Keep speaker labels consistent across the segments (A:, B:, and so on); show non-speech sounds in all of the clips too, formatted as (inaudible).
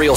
A: Serial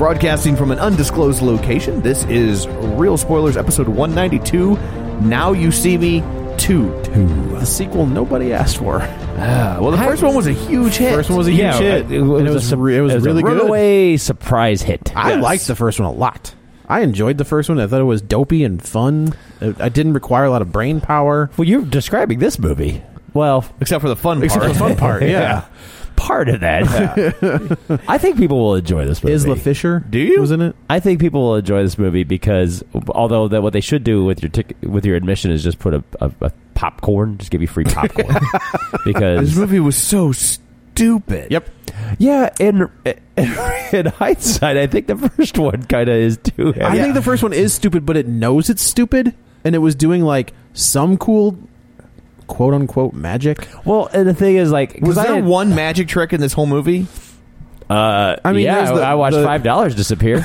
B: Broadcasting from an undisclosed location, this is Real Spoilers, episode 192. Now You See Me 2. 2. The sequel nobody asked for. well, the first one was a huge hit.
C: First one was a huge hit.
B: It, was,
C: a sur-
B: re- it was
C: it was
B: really
C: a runaway surprise hit.
B: good. I
C: Yes.
B: liked the first one a lot. I enjoyed the first one. I thought it was dopey and fun. It, I didn't require a lot of brain power,
C: Well, you're describing this movie. Well,
B: except for the fun except
C: part.
B: for the fun part.
C: Yeah.
B: Yeah,
C: part of that. I think people will enjoy this movie.
B: Isla Fisher. Do you? Was in it?
C: I think people will enjoy this movie because although that what they should do with your tick with your admission is just put a, a, a popcorn, just give you
B: (laughs)
C: free popcorn because
B: movie was so stupid. Yep.
C: yeah, in (laughs) in hindsight, I think the first one kind of is too.
B: I
C: heavy.
B: think the first one is stupid, but it knows it's stupid, and it was doing like some cool, quote unquote, magic.
C: well, and the thing is like 'cause
B: Was there
C: then-
B: one magic trick in this whole movie?
C: Uh, I
B: I
C: mean,
B: mean,
C: yeah,
B: there's the-
C: I watched
B: the-
C: five dollars
B: (laughs)
C: disappear.
B: (laughs)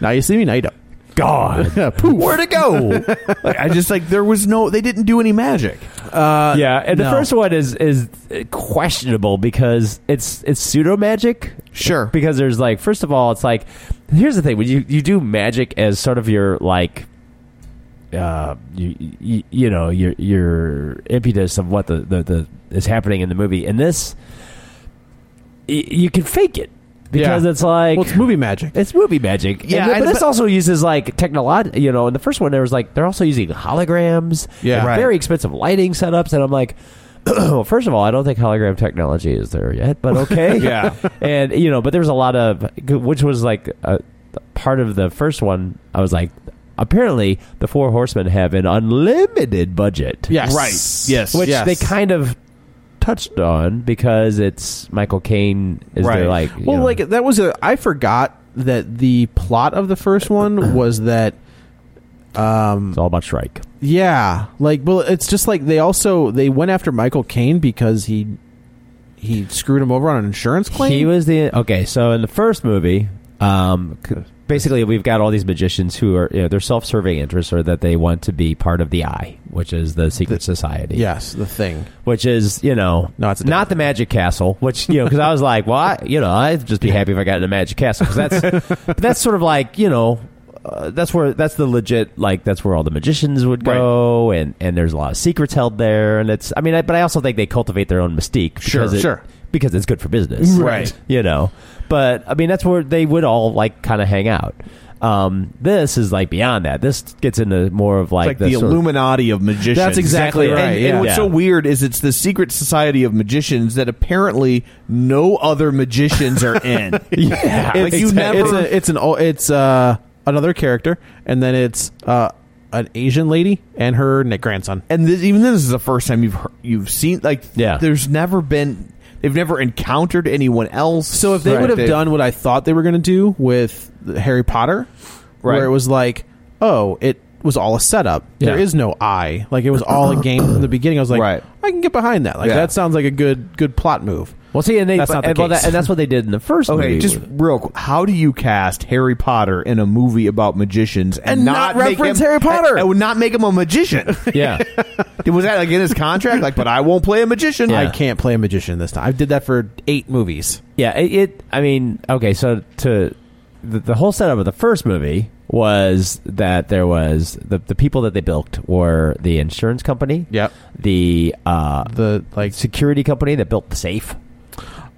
B: Now you see me, now you don't.
C: God,
B: Where'd it go? like, (laughs) I just like there was no. They didn't do any magic. Uh,
C: yeah, and the
B: no.
C: first one is is questionable because it's it's pseudo magic.
B: Sure.
C: because there's like first of all, it's like here's the thing when you you do magic as sort of your like. Uh, you, you you know your your impetus of what the, the, the is happening in the movie and this y- you can fake it because
B: Yeah.
C: it's like
B: well, it's movie magic.
C: It's movie magic.
B: Yeah,
C: And th-
B: I-
C: but this
B: but-
C: also uses like technology. You know, in the first one, there was like they're also using holograms.
B: Yeah.
C: and
B: Right.
C: very expensive lighting setups, and I'm like. (clears throat) Well, first of all, I don't think hologram technology is there yet, but
B: (laughs) (laughs)
C: okay.
B: Yeah.
C: (laughs) and you know, but there was a lot of which was like a, part of the first one. I was like, apparently, the Four Horsemen have an unlimited budget.
B: Yes.
D: Right. Yes.
C: which
B: Yes.
C: they kind of touched on because it's Michael Caine is their like you
B: well
C: know-
B: like that was a i forgot that the plot of the first one was that um,
C: it's all about Shrike.
B: yeah like well it's just like they also they went after michael caine because he he screwed him over on an insurance claim
C: He was the okay. So in the first movie, um, c- basically we've got all these magicians who are you know, they're self-serving interests, or that they want to be part of the Eye, which is the secret society.
B: yes the thing
C: which is you know
B: No, it's a
C: not the Magic Castle, which you know because I was like, well, I, you know, I'd just be happy if I got in the Magic Castle 'cause that's but that's sort of like you know. Uh, that's where that's the legit like that's where all the magicians would go and and there's a lot of secrets held there and it's I mean I, but I also think they cultivate their own mystique because
B: Sure,
C: it-
B: sure.
C: because it's good for business
B: Right.
C: you know but I mean that's where they would all like kind of hang out um this is like beyond that this gets into more of like,
D: like (laughs) the,
C: sort of-
D: Illuminati of magicians.
B: that's exactly, right.
D: And,
B: yeah.
D: and what's
C: Yeah.
D: so weird is it's the secret society of magicians that apparently no other magicians are in.
C: (laughs) yeah
B: it's,
D: Like, you never-
B: it's, a, it's an o- it's uh another character and then it's uh an asian lady and her n- grandson
D: and this, even this is the first time you've heard, you've seen like
C: Yeah.
D: there's never been they've never encountered anyone else.
B: So if they
D: Right.
B: would have
D: They-
B: done what I thought they were going to do with Harry Potter,
D: Right.
B: where it was like, oh, it was all a setup. There
C: Yeah.
B: is no I. Like it
D: (coughs)
B: was all a game from the beginning. I was like,
D: Right.
B: I can get behind that. Like
D: Yeah.
B: that sounds like a good good plot move.
C: Well, see, and they,
B: That's not the
C: and, well,
B: case.
C: that- and that's what they did in the first
D: Okay,
C: movie.
D: just
C: with it.
D: real quick. How do you cast Harry Potter in a movie about magicians and,
B: And not
D: make
B: reference
D: him-
B: Harry Potter?
D: And, and would not make him a magician?
C: (laughs) yeah,
D: Was that like in his contract? Like, but I won't play a magician.
C: Yeah.
B: I can't play a magician this time. I did that for eight movies.
C: yeah. It, it. I mean, okay. So to the, the whole setup of the first movie was that there was the the people that they built were the insurance company.
B: Yep.
C: The uh,
B: The like,
C: security company that built the safe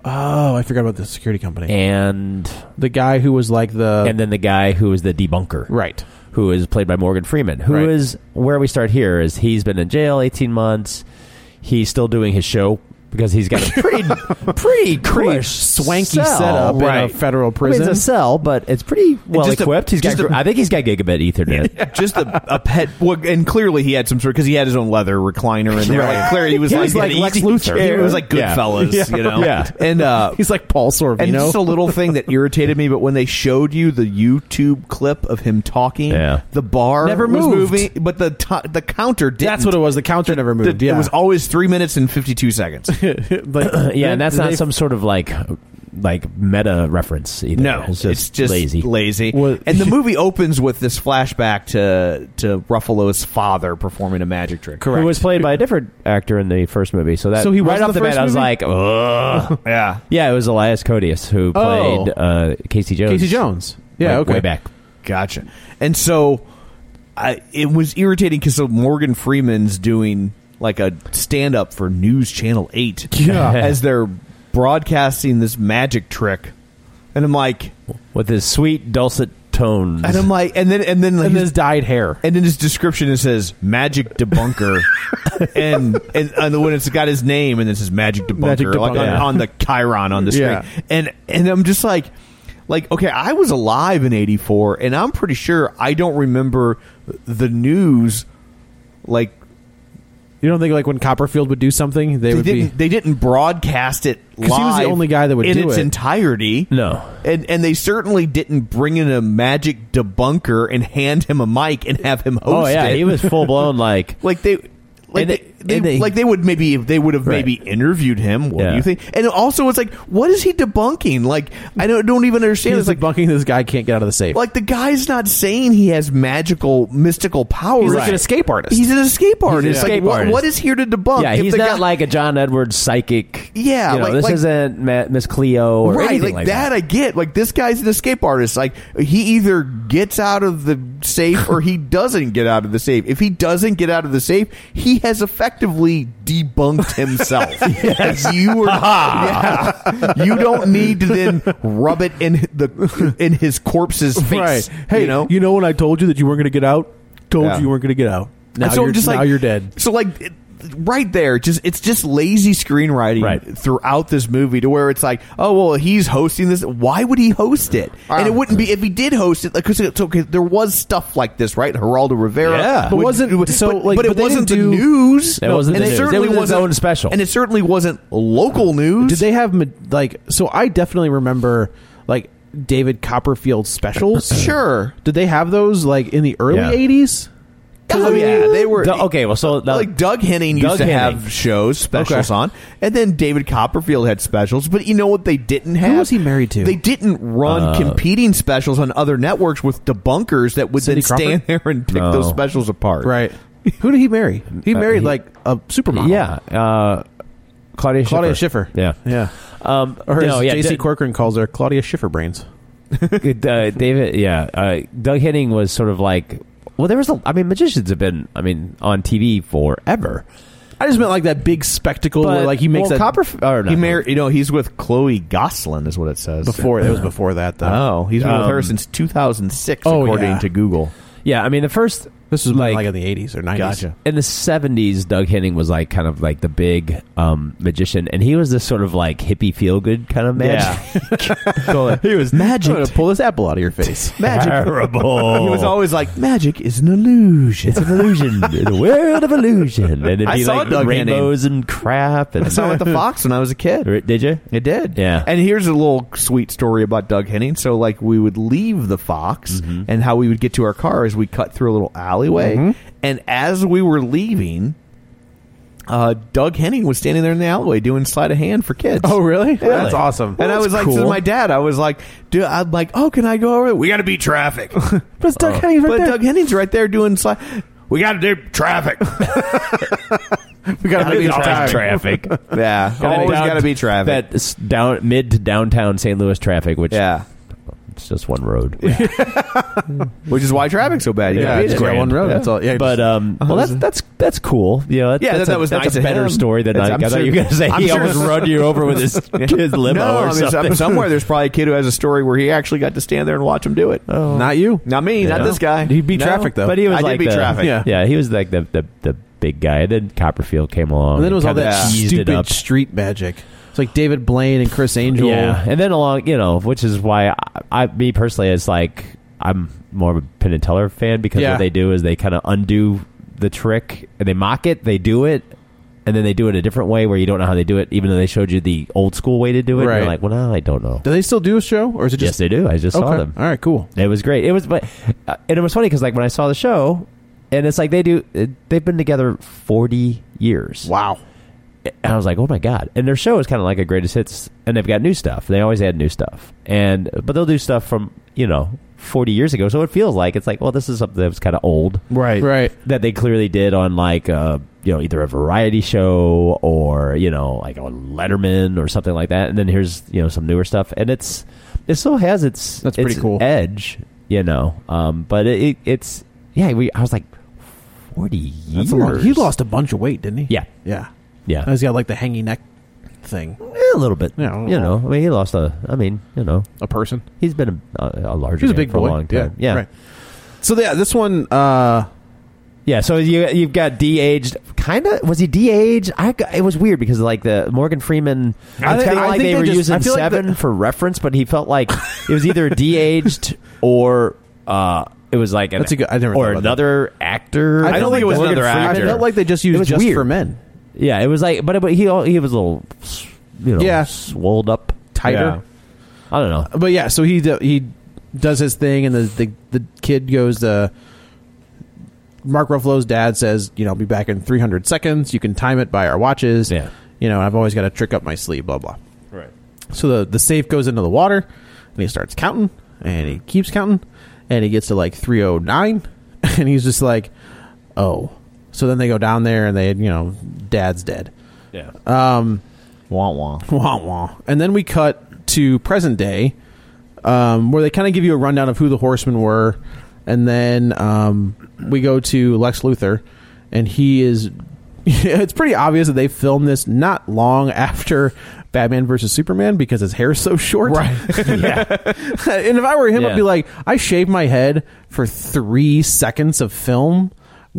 B: oh, I forgot about the security company.
C: and
B: the guy who was like the
C: and then the guy who was the debunker.
B: right.
C: who is played by Morgan Freeman, who is
B: Right.
C: where we start here is he's been in jail 18 months. He's still doing his show because he's got a pretty pretty
D: Pretty
C: cush
D: swanky
C: cell,
D: setup in a
C: right.
D: federal
C: I mean,
D: prison.
C: it's a cell, but it's pretty well
D: just a-
C: equipped. he's got.
D: just
C: gr-
D: a-
C: I think he's got gigabit Ethernet.
D: just a, a pet. Well, and clearly he had some sort because he had his own leather recliner in there.
C: Right.
D: Like, clearly he was
C: He
D: like,
C: was like
D: an
C: Lex
D: easy
C: Luthor.
D: chair. He was like
C: Yeah.
D: Goodfellas,
C: Yeah.
D: you know.
C: Yeah.
D: and uh,
E: (laughs) He's like Paul Sorvino.
D: and just a little thing that irritated me. But when they showed you the YouTube clip of him talking,
C: Yeah.
D: the bar
E: Never
D: was
E: moved.
D: moving, but the to- the counter didn't.
E: That's what it was. The counter never
D: The-
E: moved. yeah,
D: It was always three minutes and fifty two seconds.
E: (laughs) Like,
C: (clears throat) yeah, and that's
E: they-
C: not some sort of like like meta reference either.
D: No,
C: it's just, lazy.
D: lazy.
E: Well-
D: and the movie opens with this flashback to to Ruffalo's father performing a magic trick.
C: Who was played by a different actor in the first movie? So that
E: So he was
C: right
E: in
C: off
E: the
C: the bat,
E: first
C: I was
E: movie?
C: like, Ugh.
D: Yeah.
C: yeah, it was Elias Codius who
E: Oh.
C: played uh, Casey Jones.
E: Casey Jones. Yeah,
C: Way-
E: okay.
C: way back.
D: Gotcha. And so I, it was irritating because so Morgan Freeman's doing like a stand up for News Channel 8
E: Yeah.
D: as they're broadcasting this magic trick. And I'm like,
C: with his sweet dulcet tones.
D: and I'm like, and then, and then,
E: And
D: his-
E: his dyed hair.
D: and in his description it says
E: (laughs)
D: magic debunker and, and and when it's got his name and it says magic debunker,
E: Magic
D: like on,
E: debunker.
D: on the chiron on the screen
E: Yeah.
D: and and i'm just like like okay i was alive in 84 and i'm pretty sure i don't remember the news like
E: You don't think like when Copperfield would do something, they,
D: they
E: would (laughs)
D: didn't
E: be.
D: they didn't broadcast it
E: 'Cause he was the
D: live
E: only guy that would
D: in
E: do
D: its
E: it.
D: entirety
C: No.
D: and and they certainly didn't bring in a magic debunker and hand him a mic and have him host
C: oh yeah,
D: it.
C: he was full
D: (laughs)
C: blown like
D: like they like
C: And
D: they,
C: it-
D: they,
C: and they-
D: like they would maybe they would have
C: Right.
D: maybe interviewed him what do
C: Yeah.
D: you think and also it's like what is he debunking like i don't, don't even understand
E: He's
D: it's like
E: debunking this guy can't get out of the safe.
D: like the guy's not saying he has magical mystical powers
E: He's like an escape artist.
D: he's an escape artist, like,
C: escape
D: what-
C: artist.
D: what is here to debunk
C: yeah,
D: If
C: he's
D: the
C: not
D: guy-
C: like a John Edwards psychic.
D: Yeah,
C: you know,
D: like-
C: this
D: like-
C: isn't Ma- Miss Cleo or
D: Right,
C: anything
D: like,
C: like
D: that, I get. Like this guy's an escape artist. Like he either gets out of the safe or he doesn't get out of the safe. If he doesn't get out of the safe, he has effectively debunked himself. Like, You were, yeah. you don't need to then rub it in the in his corpse's face.
E: right? Hey,
D: you know.
E: when I told you that you weren't going to get out, told
D: Yeah.
E: you you weren't going to get out. Now,
D: And so I'm
E: you're,
D: just
E: now
D: like,
E: you're dead.
D: So like. it- Right there, just it's just lazy screenwriting
C: Right.
D: throughout this movie to where it's like, oh well, he's hosting this. Why would he host it? And it wouldn't be if he did host it, like because it's okay. There was stuff like this, right? Geraldo Rivera,
C: Yeah.
E: But wasn't- so,
D: but,
E: like,
D: but it
E: but they
D: wasn't the
E: didn't do-
D: news.
C: It wasn't
D: and
C: the
D: it
C: news.
D: certainly
C: It was his
D: wasn't-
C: own special.
D: and it certainly wasn't local news.
E: Did they have ma- like? So I definitely remember like David Copperfield (coughs) specials.
D: Sure.
E: Did they have those like in the early
C: Yeah.
E: '80s?
D: Oh yeah, they were
C: Du- okay, well, so the-
D: like Doug Henning used
C: Doug
D: to
C: Henning.
D: have shows specials
E: Okay.
D: on, and then David Copperfield had specials. But you know what they didn't have?
E: was he married to? Uh,
D: They didn't run competing specials on other networks with debunkers that would
E: Cindy
D: then stand there and pick
C: No.
D: those specials apart.
E: Right. Who did he marry? He
C: Uh,
E: married
C: he-
E: like a supermodel.
C: Yeah, uh, Claudia
E: Claudia
C: Schiffer.
E: Schiffer.
C: Yeah, (laughs)
E: Yeah.
C: Um,
E: Or as
C: no, yeah,
E: J.C.
C: D-
E: Corcoran calls her Claudia Schiffer brains.
C: uh, David, yeah, uh, Doug Henning was sort of like, well, there was, a, I mean, magicians have been, I mean, on TV forever.
E: I just meant like that big spectacle where
C: But-
E: like he makes
C: well,
E: that
C: Copper, or not,
D: He married. You know, he's with Chloe Goslin, is what it says.
E: before. (laughs) It was before that though.
D: Oh, he's been with her
C: Um,
D: since 2006,
E: Oh,
D: according
E: yeah.
D: to Google.
C: yeah, I mean, the first,
E: This was like,
C: Like-
E: like in the eighties or nineties.
D: Gotcha.
C: in the seventies, Doug Henning was like kind of like the big um, magician, and he was this sort of like hippie feel good kind of magic.
E: he was magic. I'm gonna pull this apple out of your
B: (laughs)
E: face.
D: Magic.
C: Terrible.
D: (laughs) He was always like, "Magic is an illusion."
C: (laughs) It's an illusion, the world of illusion, and it'd
D: I
C: be
D: saw
C: like
D: Doug Henning.
C: rainbows and crap. And
D: I saw it at the Fox when I was a kid.
C: (laughs) Did you?
D: It did.
C: Yeah.
D: And here's a little sweet story about Doug Henning. So, like, we would leave the Fox,
E: Mm-hmm.
D: and how we would get to our car is we cut through a little alleyway.
E: Mm-hmm.
D: And as we were leaving, uh, Doug Henning was standing there in the alleyway doing sleight of hand for kids.
E: Oh, really? That's
D: Really.
E: awesome.
D: And I was like, to
E: cool.
D: my dad, I was like, dude, I'm like, oh, can I go over there? We got to
E: (laughs)
D: beat traffic. but
E: but it's
B: Oh.
E: Doug Henning right there.
D: Doug Henning's right there doing sleight. We got to do (laughs) traffic.
E: we got
D: Always
C: traffic.
D: yeah. Always got to be traffic.
C: That s- down mid to downtown St. Louis traffic, which
D: yeah.
C: it's just
D: (laughs)
C: one road.
D: Which is why traffic's so bad. You gotta
E: Yeah,
D: beat
E: it's
D: it.
E: got one road. That's all. Yeah,
C: But
D: uh,
C: um, well, that's that's that's cool. You know, that,
D: Oh, Yeah,
C: that's
D: that-
C: a,
D: that was
C: that's
D: nice
C: a
D: of
C: better
D: him.
C: story than
D: That's-
C: I, I
D: I'm
C: thought
D: sure-
C: you were gonna say
D: I'm
C: he
D: sure-
C: almost run you over
D: (laughs)
C: with his kid's limo
D: no, I
C: or
D: mean, some-
C: something.
D: somewhere there's probably a kid who has a story where he actually got to stand there and watch him do it.
E: not you.
D: Not me, not
C: No.
D: this guy.
E: He beat
D: No.
E: traffic though.
C: But he was
D: I did
C: like
D: beat
C: the,
D: traffic.
C: Yeah.
E: Yeah.
C: he was like the the, the big guy. And then Copperfield came along.
B: And then it was all
C: kinda
B: that
C: cheesed it
B: stupid
C: up.
B: street magic. It's like David Blaine and Chris Angel.
C: Yeah, and then along, you know, which is why I, I me personally, it's like I'm more of a Penn and Teller fan because
B: Yeah.
C: what they do is they kind of undo the trick and they mock it, they do it, and then they do it a different way where you don't know how they do it, even though they showed you the old school way to do it. And
B: Right.
C: you're like, well, no, I don't know.
B: Do they still do a show, or is it
C: yes,
B: just
C: they do. I just saw
B: Okay.
C: them.
B: All right, cool.
C: It was great. It was, but uh, and it was funny because like when I saw the show, and it's like they do, it, they've been together forty years.
B: Wow.
C: And I was like, oh my god! And their show is kind of like a greatest hits, and they've got new stuff. They always add new stuff, and but they'll do stuff from you know forty years ago. So it feels like it's like, well, this is something that was kind of old
B: Right. Right.
C: that they clearly did on like uh you know either a variety show or you know like on Letterman or something like that. And then here's you know some newer stuff, and it's it still has its
B: That's pretty
C: its
B: cool.
C: edge, you know. Um, but it, it it's yeah, we, I was like forty years.
B: That's a long, he lost a bunch of weight, didn't he?
C: Yeah.
B: Yeah.
C: yeah
B: Now he's got like the hanging neck thing.
C: Eh, a little bit.
B: Yeah, a little.
C: you know, I mean, he lost a. I mean, you know,
B: A person.
C: he's been a, a, a larger.
B: He was a
C: man
B: big
C: for
B: boy.
C: a long time. Yeah, yeah.
B: Right. So yeah, this one. uh
C: So you you've got de-aged. Kind of was he de-aged? I got- it was weird because like the Morgan Freeman.
B: I
C: it's
B: think-
C: kind
B: I
C: of like
B: think
C: they
B: they
C: were
B: just- I
C: using
B: feel like the-
C: seven for reference, but he felt like it was either de-aged (laughs) or. uh it was like an,
B: That's a good- I never thought
C: or
B: about that.
C: another actor.
B: I felt like it was
C: Morgan
B: another
C: Freeman.
B: actor. I felt like they just
C: It
B: used
C: was
B: just
C: weird.
B: for men.
C: Yeah, it was like, but, but he he was a little, you know,
B: Yeah.
C: swolled up,
B: Tighter.
C: I don't know.
B: But yeah, so he do, he does his thing, and the the, the kid goes. Uh, Mark Ruffalo's dad says, "You know, be back in 300 seconds. You can time it by our watches.
C: Yeah.
B: You know, I've always got a trick up my sleeve. Blah blah. Right. So the the safe goes into the water, and he starts counting, and he keeps counting, and he gets to like 309, (laughs) and he's just like, "Oh." So then they go down there, and they, you know, dad's dead.
C: Yeah,
D: Wah wah.
B: Wah, wah. And then we cut to present day, um, where they kind of give you a rundown of who the horsemen were. And then um, we go to Lex Luthor, and he is. (laughs) it's pretty obvious that they filmed this not long after Batman versus Superman because his hair's so short. (laughs) Right. and if I were him, I'd
C: Yeah.
B: be like, I shaved my head for three seconds of film.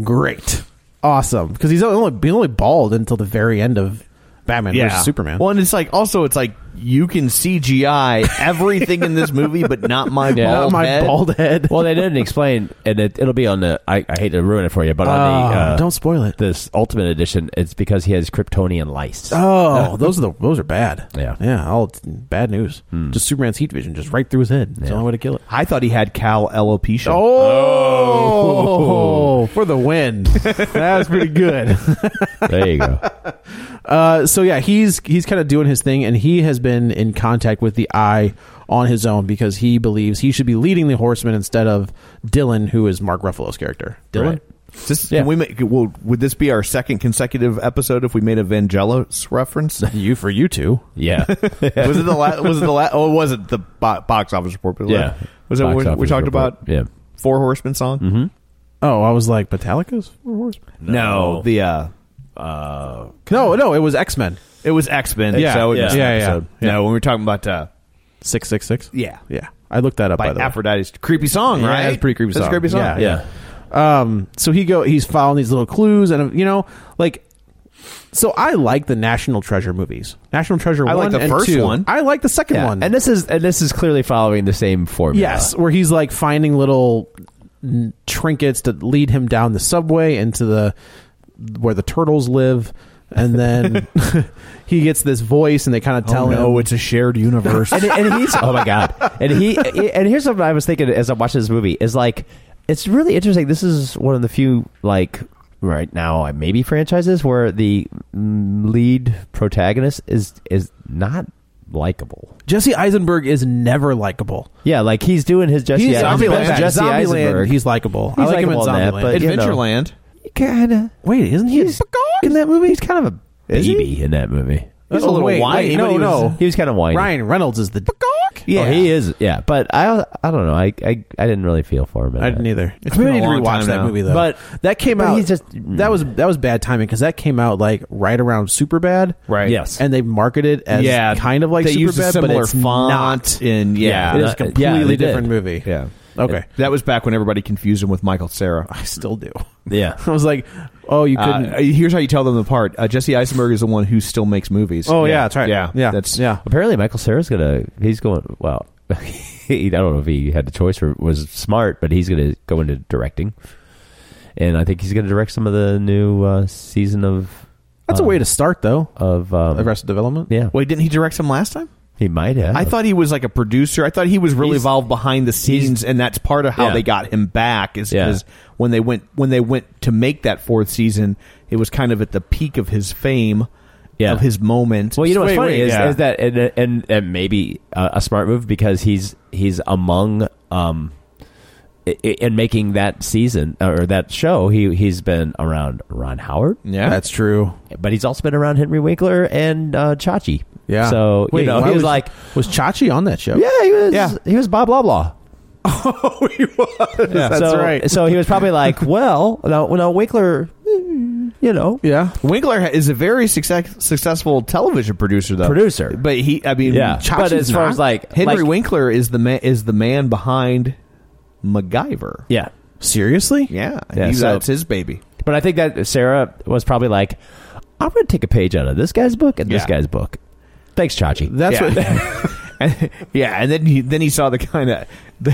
B: Great. Awesome. Because he's only, he's only bald until the very end of Batman versus Superman.
D: Well, and it's like also it's like you can CGI everything in this movie, but not my
C: Yeah.
D: bald
B: Not my
D: head.
B: bald head.
C: well, they didn't explain, and it, it'll be on the. I, I hate to ruin it for you, but on
B: Oh,
C: the uh,
B: don't spoil it.
C: this Ultimate Edition, it's because he has Kryptonian lice.
D: (laughs)
B: Oh, those are the those are bad.
C: Yeah.
B: yeah, all it's bad news.
D: Hmm.
B: Just Superman's heat vision, just right through his head. It's the only way to kill it.
D: I thought he had cow alopecia.
B: Oh, for
D: (laughs)
B: the win! that was pretty good.
C: There you go.
B: Uh, so yeah, he's he's kind of doing his thing, and he has been in contact with the Eye on his own because he believes he should be leading the Horsemen instead of Dylan, who is Mark Ruffalo's character. Dylan.
C: Right.
D: Is this-
C: Yeah.
D: Can we make? Well, would this be our second consecutive episode if we made a Vangelis reference?
B: You for you two.
C: Yeah,
D: (laughs) was it the
C: (laughs)
D: la- was it the la- oh it wasn't the bo- box office report but
C: yeah.
D: was it
C: Box
D: when we
C: office
D: talked
C: report.
D: about
C: Yeah. Mm-hmm.
D: four horsemen song
B: Oh, I was like Metallica's Horsemen.
D: no the uh
B: No, no, it was X Men.
D: it was x-men
B: Yeah,
D: so it
B: yeah,
D: was an
B: yeah,
D: episode.
B: yeah.
D: no when we were talking about uh
B: Six six six.
D: yeah
B: Yeah, I looked that up by,
D: by
B: the way.
D: aphrodite's creepy song
B: Yeah,
D: right
B: that's a pretty creepy
D: that's
B: song.
D: a creepy song
B: Yeah,
C: Yeah.
B: um so he go he's following these little clues and uh, you know like so i like the national treasure movies national treasure
D: I like
B: 1
D: the
B: and
D: first
B: 2.
D: one.
B: i like the second
C: Yeah.
B: one
C: And this is and this is clearly following the same formula.
B: yes where he's like finding little n- trinkets to lead him down the subway into the where the turtles live and
C: (laughs)
B: then (laughs) he gets this voice and they kind of
C: Oh,
B: tell him
D: it's a shared universe
C: and, and he's oh my god and he and here's something i was thinking as i'm watching this movie is like it's really interesting this is one of the few like right now uh, maybe franchises where the mm, lead protagonist is is not likable
B: jesse eisenberg is never likable
C: yeah like he's doing his jesse,
B: he's
C: Eisenberg,
B: Zombieland.
C: jesse
B: Zombieland,
C: eisenberg
B: he's likable i
C: He's
B: like him in
C: likable in that,
B: zombieland
C: but- you know.
D: adventureland
C: kind of
B: wait isn't he
C: in that movie he's kind of a
B: Is he?
C: baby in that movie
D: He's a little
B: wait,
D: whiny,
B: wait,
D: but
B: no
D: he was-
B: no
C: he was kind of whiny
B: Ryan Reynolds is the Oh,
C: yeah Oh, he is yeah but i i don't know i i, I didn't really feel for him in
B: I
C: that.
B: didn't either. It's
D: been a long time
B: that
D: now.
B: movie though.
C: But-
B: that came
C: but
B: out.
C: he's just-
B: that was that was bad timing because that came out like right around Superbad,
D: Right.
C: Yes.
B: And they marketed it as
D: yeah
B: kind of like
D: they
B: Superbad,
D: used a
B: but
D: similar
B: it's
D: font
B: not.
D: in yeah,
C: Yeah,
B: it is a
C: not- yeah,
B: completely
C: they did.
B: different movie.
D: yeah
B: Okay.
D: (laughs) that was back when everybody confused him with michael sarah
B: I (laughs) still do.
C: yeah
B: I was like, Oh, you couldn't.
D: Uh, here's how you tell them apart. Uh, Jesse Eisenberg is the one who still makes movies.
B: Oh, yeah, that's right.
D: Yeah,
B: Yeah.
D: That's
B: Yeah.
C: (laughs) Apparently, Michael Sarah's gonna. He's going. Well, (laughs) he, I don't know if he had the choice or was smart, but he's gonna go into directing, and I think he's gonna direct some of the new uh, season of
B: that's a way to start, though.
C: of um,
B: Arrested Development.
C: uh, yeah.
D: Wait, didn't he direct some last time?
C: He might have.
D: I thought he was like a producer. I thought he was really
C: He's-
D: involved behind the scenes, and that's part of how
C: Yeah.
D: they got him back. Is
C: Yeah.
D: because when they went when they went to make that fourth season, it was kind of at the peak of his fame,
C: Yeah.
D: of his moment.
C: Well, you know what's
D: Wait,
C: funny
D: wait,
C: is,
D: yeah.
C: is that and and, and maybe a, a smart move because he's he's among um i- i- in making that season uh, or that show he he's been around Ron Howard,
D: yeah,
B: That's true.
C: but he's also been around Henry Winkler and uh, Chachi.
B: Yeah.
C: So
B: Wait,
C: you know
B: why
C: he was, like
B: was Chachi on that show?
C: yeah he was
B: Yeah.
C: he was Bob
B: (laughs)
C: Blah Blah.
B: Yeah. that's
C: so,
B: right.
C: So he was probably like, (laughs) well, now, now Winkler, mm, you know,
B: Yeah.
D: Winkler ha- is a very success, successful television producer, though
C: Producer.
D: But he, I mean,
C: Yeah.
D: Chachi's
C: But as far
D: not.
C: as, like-
D: Henry
C: like-
D: Winkler is the man is the man behind MacGyver.
C: yeah.
B: Seriously?
D: Yeah,
C: Yeah,
D: he-
C: so-
D: that's his baby.
C: But I think that Sarah was probably like, I'm going to take a page out of this guy's book and this
D: Yeah.
C: guy's book. Thanks, Chachi.
B: That's
D: Yeah.
B: what.
D: (laughs)
B: (laughs)
D: And, yeah, and then he then he saw the kind of the,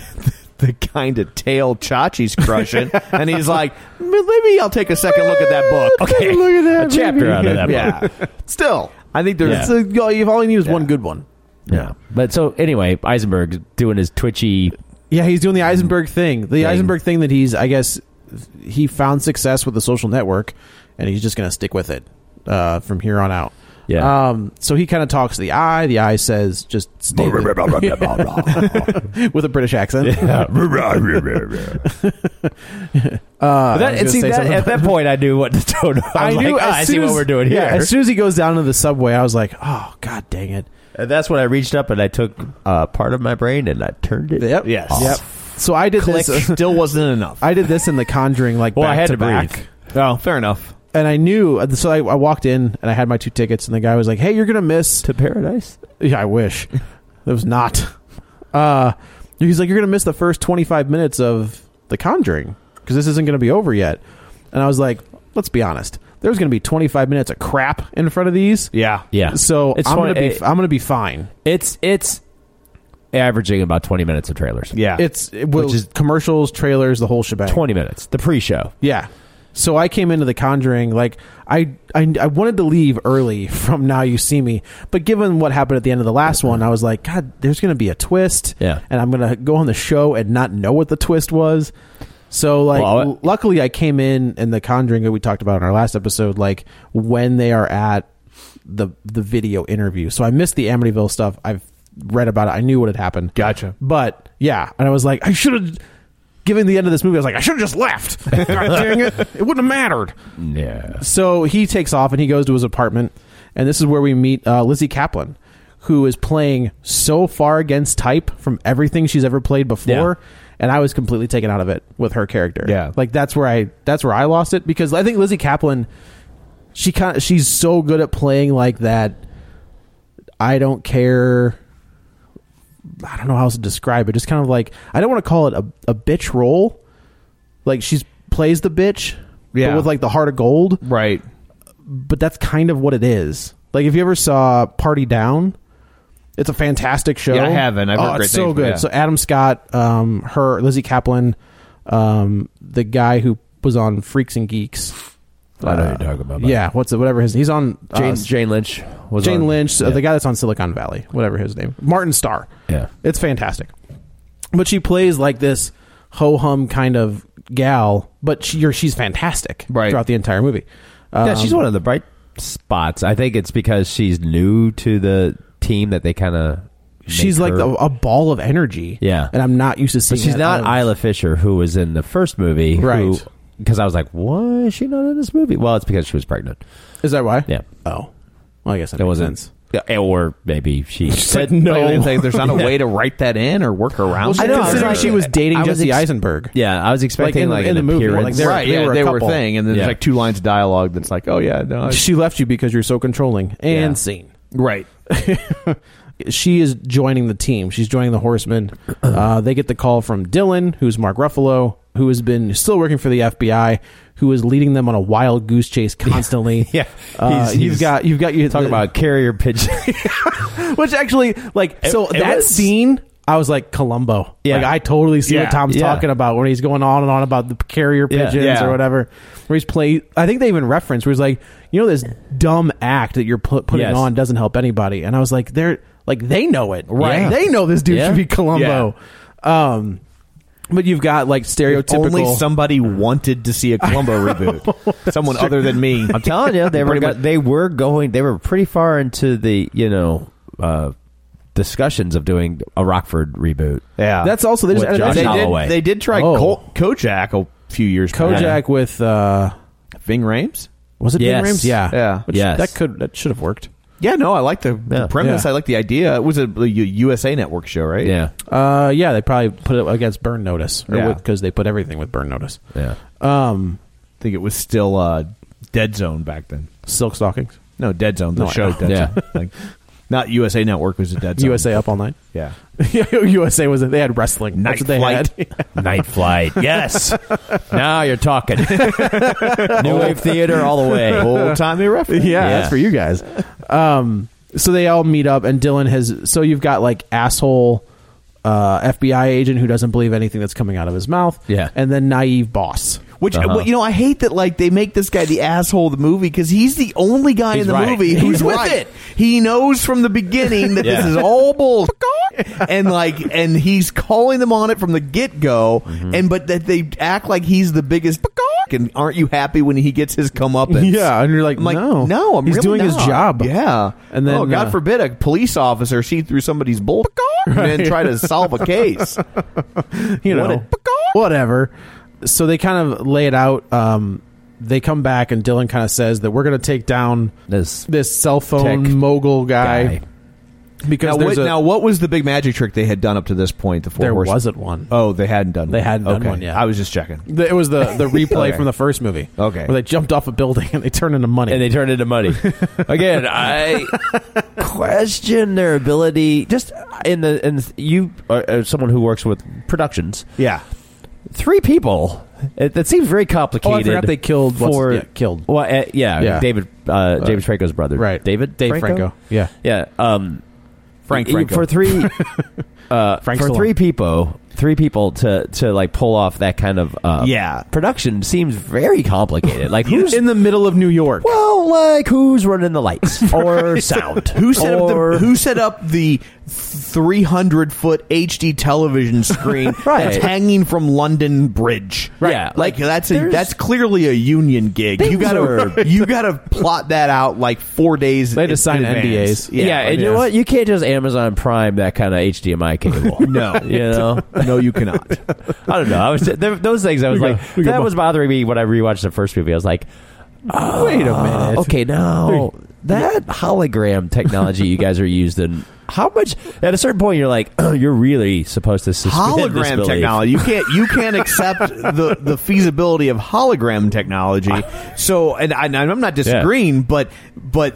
D: the kind of tail Chachi's
B: (laughs)
D: crushing, and he's like, "M- maybe I'll take a second look at that book.
C: Okay.
B: Look at that,
C: A chapter
B: baby.
C: out of that book.
D: Yeah, still, I think there's
B: (laughs)
C: Yeah.
B: So, you know, you've only need is one good one.
C: Yeah. But so anyway, Eisenberg doing his twitchy.
B: Yeah, he's doing the
C: Mm-hmm.
B: Eisenberg thing. The Eisenberg thing that he's, I guess, he found success with the social network, and he's just going to stick with it uh, from here on out.
C: Yeah.
B: Um, so he kind of talks to the eye. The eye says, "Just stay with, with a British
C: (laughs)
B: accent."
C: But that-
B: was
C: and
B: gonna
C: see,
B: say
C: that-
B: something.
C: at that point, I knew
B: (laughs)
C: what to tone. I knew.
D: "Oh,
B: as
C: I see
B: soon
C: what
B: as-
C: we're doing here.
B: yeah, as soon as he goes down to the subway, I was like, "Oh God, dang it!"
C: and that's when I reached up and I took (laughs) uh, part of my brain and I turned it.
B: Yep.
D: Yes.
B: Yep. So I did this.
D: still wasn't enough.
B: (laughs) I did this in the Conjuring, like
C: Well,
B: back
C: I had to,
B: back.
C: breathe.
D: oh, fair enough.
B: and I knew. uh, So I, I walked in and I had my two tickets, and the guy was like, "Hey, you're gonna miss."
C: To paradise.
B: Yeah, I
C: (laughs)
B: wish. It was not. Uh, he's like, you're gonna miss the first 25 minutes of The Conjuring because this isn't gonna be over yet. And I was like, let's be honest. There's gonna be 25 minutes of crap in front of these.
D: Yeah,
C: Yeah.
B: So
C: It's
B: I'm gonna
C: funny,
B: be
C: it-
B: I'm gonna be fine.
C: It's it's averaging about twenty minutes of trailers.
D: yeah.
B: It's it will,
C: Which is-
B: commercials, trailers, the whole shebang.
C: Twenty minutes. The pre-show.
B: Yeah. So I came into The Conjuring like I, I I wanted to leave early (laughs) from Now You See Me, but given what happened at the end of the last one, I was like, God, there's going to be a twist,
C: Yeah.
B: and I'm going to go on the show and not know what the twist was. So like,
C: Well, I-
B: l- luckily I came in in The Conjuring that we talked about in our last episode, like when they are at the the video interview. So I missed the Amityville stuff. I've read about it. I knew what had happened.
D: Gotcha.
B: But yeah, and I was like, I should have. Given the end of this movie, I was like, I should have just left. (laughs) (laughs) God dang it! It wouldn't have mattered.
C: Yeah.
B: So he takes off and he goes to his apartment, and this is where we meet uh, Lizzie Kaplan, who is playing so far against type from everything she's ever played before. And I was completely taken out of it with her character.
D: Yeah.
B: like that's where I that's where I lost it because I think Lizzie Kaplan, she kind of she's so good at playing like that. I don't care. I don't know how else to describe it. Just kind of like I don't want to call it a, a bitch role. Like she's plays the bitch,
D: Yeah.
B: but with like the heart of gold.
D: right.
B: But that's kind of what it is. Like if you ever saw Party Down, it's a fantastic show.
D: Yeah, I haven't. I've
B: oh,
D: heard great
B: it's so
D: things, but
B: good.
D: yeah.
B: So Adam Scott, um, her Lizzie Kaplan, um, the guy who was on Freaks and Geeks. Uh,
C: I know who you're talking about.
B: Yeah, what's it? Whatever his he's on uh,
C: Jane, Jane Lynch was
B: Jane
C: on-
B: Lynch, uh,
C: Yeah.
B: the guy that's on Silicon Valley, whatever his name, Martin Starr.
C: Yeah.
B: it's fantastic. But she plays like this ho hum kind of gal, but she, you're, she's fantastic
D: Right.
B: throughout the entire movie.
C: yeah, she's
B: um,
C: one of the bright spots. I think it's because she's new to the team that they kind of.
B: She's like the, a ball of energy.
C: Yeah.
B: and I'm not used to seeing.
C: But she's
B: that Um, out
C: not
B: of-
C: Isla Fisher, who was in the first movie,
B: Right.
C: Because I was like, why is she not in this movie? Well, it's because she was pregnant.
B: Is that why?
C: Yeah.
B: Oh, well, I guess that
C: It
B: makes
C: wasn't.
B: sense.
C: Yeah, Or
B: (laughs)
C: maybe she said
B: like, no.
D: It's like there's not a way to write that in or work around.
C: I
B: I
C: know,
B: know.
C: I was
B: Considering
C: like-
B: she was dating
C: I was
B: Jesse
C: ex-
B: Eisenberg.
C: Yeah, I was expecting
B: Like,
C: like,
B: in- in
C: an
B: the movie,
C: appearance.
B: like, they're-
D: right?
B: they
D: yeah,
B: were a
D: they were a
B: couple.
D: thing, and then
C: Yeah.
D: there's like two lines of dialogue that's like, oh yeah, no, I-
B: (laughs) She left you because you're so controlling and
C: Yeah.
B: seen.
D: right.
B: she is
C: (clears throat)
B: joining the team. She's joining the Horsemen. Uh, they get the call from Dylan, who's Mark Ruffalo, who has been still working for the FBI, who is leading them on a wild goose chase constantly.
C: (laughs) Yeah.
B: Uh,
C: He's-
B: you've
C: he's-
B: got you've got you
C: Talk about carrier pigeon.
B: (laughs) which actually like
C: It-
B: so
C: it
B: that
C: was-
B: scene. I was like Columbo.
C: Yeah.
B: Like I totally see
C: Yeah,
B: what Tom's
C: yeah.
B: talking about when he's going on and on about the carrier
C: Yeah,
B: pigeons
C: yeah.
B: or whatever. Where he's play. I think they even reference where he's like, you know, this dumb act that you're pu- putting
C: Yes.
B: on doesn't help anybody. And I was like, they're like they know it, right?
C: Yeah.
B: They know this dude
C: Yeah.
B: should be Columbo. Um, but you've got like stereotypical.
D: Only (laughs) somebody wanted to see a Columbo (laughs) reboot. Someone other than me.
C: (laughs) I'm telling you, they were go- they were going. They were pretty far into the you know uh, discussions of doing a Rockford reboot.
D: Yeah,
B: That's also- they just
C: With
B: added-
C: Josh
D: they
C: Holloway.
D: did. They did try
B: Oh.
D: Col- Kojak a few years.
B: Kojak
D: back.
B: with uh,
D: Ving Rhames.
B: was it Ving
C: Yes.
B: Rhames? Yeah,
D: Yeah.
B: Which-
C: Yes.
B: That could that should have worked.
D: Yeah, no, I like the, the
C: Yeah.
D: premise.
B: Yeah.
D: I like the idea. It was a, a U- USA Network show, right?
C: Yeah,
B: Uh, yeah, they probably put it against burn notice, or
D: Yeah.
B: because they put everything with burn notice.
C: yeah.
B: Um,
D: I think it was still uh, Dead Zone back then.
B: silk stockings,
D: No, Dead Zone, the
B: No, I
D: show.
B: know.
D: Dead
C: Yeah.
D: Zone. Like, not USA Network was a Dead Zone.
B: USA up all night. (laughs)
D: Yeah.
B: USA was it? They had wrestling. That's what
D: (laughs)
B: they had.
C: (laughs) Night Flight. Yes. now you're
D: (laughs)
C: talking. New Wave Theater all the way.
D: Old timey
B: yeah,
D: reference.
B: that's for you guys. Um, so they all meet up, and Dylan has. So you've got like asshole uh, FBI agent who doesn't believe anything that's coming out of his mouth.
C: Yeah.
B: and then naive boss.
D: Which
C: Uh-huh.
D: well, you know, I hate that. Like they make this guy the asshole of the movie because he's the only guy
C: He's
D: in the
C: right.
D: movie
C: He's
D: who's with
C: right.
D: it. He knows from the beginning that this
C: Yeah.
D: is all
B: (laughs)
D: bull, and like, and he's calling them on it from the get go.
B: Mm-hmm.
D: And but that they act like he's the biggest. And aren't you happy when he gets his comeuppance?
B: Yeah, and you're like,
D: I'm like,
B: no,
D: no, I'm
B: he's
D: really
B: doing his
D: not.
B: job.
D: Yeah,
B: And then,
D: oh, God
B: uh,
D: forbid a police officer see through somebody's
B: (laughs)
D: bull and then try to solve a case.
B: you
D: What
B: know, whatever. So they kind of lay it out. Um, they come back, and Dylan kind of says that we're going to take down
C: This
B: this cell phone
C: Tech
B: mogul guy,
C: guy.
B: because
D: Now
B: there's
D: what,
B: a,
D: now, what was the big magic trick they had done up to this point? The four
B: there
D: horsemen?
B: wasn't one.
D: Oh, they hadn't done.
B: They
D: one.
B: hadn't done
D: Okay.
B: one yet.
D: I was just checking.
B: The- It was the the replay
D: Okay.
B: from the first movie.
D: Okay.
B: where they jumped off a building (laughs) and they turned into money.
C: and they turned
B: (laughs)
C: into money. Again, I question their ability. Just in the and you are, are someone who works with productions.
D: Yeah,
C: Three people. It, that seems very complicated.
B: Oh, I forgot they killed- what's-
C: for
B: yeah, killed.
C: Well, uh, yeah,
B: Yeah.
C: David uh, James Franco's brother,
B: right.
C: David
B: Dave
C: Dave
B: Franco. Yeah.
C: yeah. Um,
D: Frank
C: y-
D: Franco.
C: for three
B: (laughs)
C: uh,
B: Frank
C: for
B: Stallone.
C: three people, three people to to like pull off that kind of uh,
D: Yeah.
C: production seems very
B: (laughs)
C: complicated. Like who's
B: in the middle of New York.
C: well, like who's running the (laughs) lights or (laughs) sound?
D: Who set
C: or,
D: up the Who set up the three hundred foot HD television (laughs) screen
C: Right.
D: that's hanging from London Bridge?
C: Right. Yeah,
D: like,
C: like,
D: that's a,
C: there's-
D: that's clearly a union gig. You
C: Things
D: gotta
C: are-
D: (laughs) you gotta plot that out like four days.
B: They had to
D: in- in
B: sign
D: advance.
B: NDAs.
C: Yeah, and you know what? You can't just Amazon Prime that kind of HDMI cable.
D: No.
C: (laughs) you know,
D: No, you cannot.
C: I don't know. I was there, those things. I was
B: got-
C: like,
B: we got
C: that
B: bu-
C: was bothering me when I rewatched the first movie. I was like,
B: Wait a minute.
C: okay, now that hologram technology you guys are using, how much? At a certain point, you're like, (clears throat) oh, you're really supposed to suspend
D: hologram
C: disbelief.
D: technology. You can't you can't
B: (laughs)
D: accept the the feasibility of hologram technology. So, and, I, and I'm not disagreeing, but but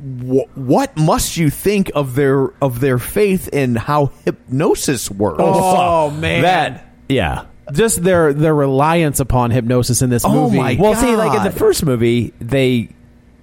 D: wh- what must you think of their of their faith in how hypnosis works?
B: Oh, man.
C: That yeah.
B: Just their their reliance upon hypnosis in this
D: Oh
B: movie.
D: my
C: Well, see, like in the
D: God.
C: first movie, they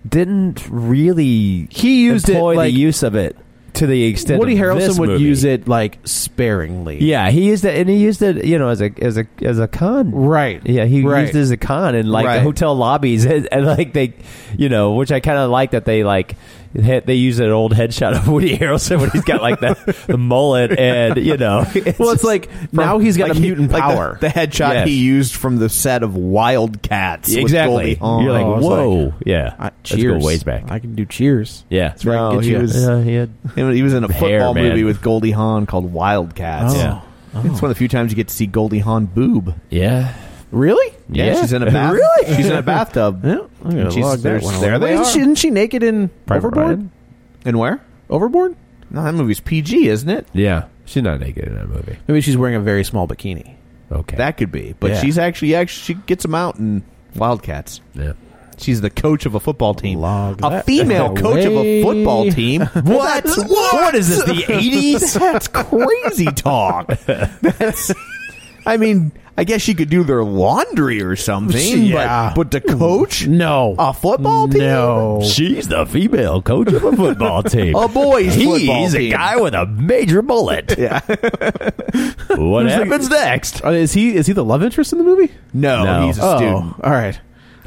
C: didn't really
B: He used it,
C: employ
B: like-
C: the use of it to the extent
B: Woody
C: of this
B: Harrelson would
C: movie.
B: use it like sparingly.
C: Yeah, he used it, and he used it, you know, as a as a as a con.
B: Right.
C: Yeah, he
B: Right.
C: used it as a con in like
D: Right.
C: the hotel lobbies, (laughs) and, and like they, you know, which I kind of like that they like he- they use an old headshot of (laughs) Woody Harrelson when he's got like the, the mullet, and you know, (laughs)
B: Well, it's
C: just
B: like now he's got
D: Like
B: a
D: he-
B: mutant
D: like the-
B: power.
D: The, headshot
C: Yes.
D: he used from the set of Wildcats. with Goldie
C: exactly.
D: Hawn.
C: You're like,
B: I was like,
C: whoa, yeah.
B: I-
C: Let's
B: cheers.
C: go ways back.
B: I can do cheers.
C: yeah,
B: where I can
D: No,
B: get
D: he
B: you.
D: was-
C: yeah, he had-
D: He was in a
C: Hair,
D: football
C: man.
D: movie with Goldie Hawn called Wildcats.
B: Oh.
C: Yeah.
D: It's one of the few times you get to see Goldie Hawn boob.
C: yeah.
B: Really?
D: Yeah,
C: Yeah.
D: she's in
B: (laughs)
D: a bath.
B: Really?
D: She's in a bathtub.
B: (laughs) Yeah. I'm gonna
D: And she's-
B: log that
D: there's-
B: one away.
D: there they
B: Wait,
D: are.
B: Isn't she naked in
C: Private
B: Overboard?
C: Ryan?
D: And where?
B: Overboard?
D: No, that movie's PG, isn't it?
C: Yeah, she's not naked in that movie.
B: Maybe she's wearing a very small bikini.
C: Okay,
D: That could be. But
B: Yeah.
D: she's actually, actually she gets them out in Wildcats.
C: yeah.
D: She's the coach of a football team.
B: Log
D: a
B: that (laughs)
D: female coach of
B: away.
D: a football
B: (laughs)
D: team. what?
C: What
D: (laughs)
C: is this, the
B: (laughs)
D: 80s? That's crazy talk. That's I mean, I guess you could do their laundry or something.
B: Yeah.
D: But, but to coach
B: No.
D: a football team?
B: No.
C: She's the female coach of a
D: (laughs)
C: football team.
D: A boys' football
C: He's a
D: team.
C: guy with a major bullet.
D: Yeah.
C: What happens next?
B: Uh, Is he is he the love interest in the movie?
D: No,
C: No.
D: he's a
B: oh,
D: student.
B: all right.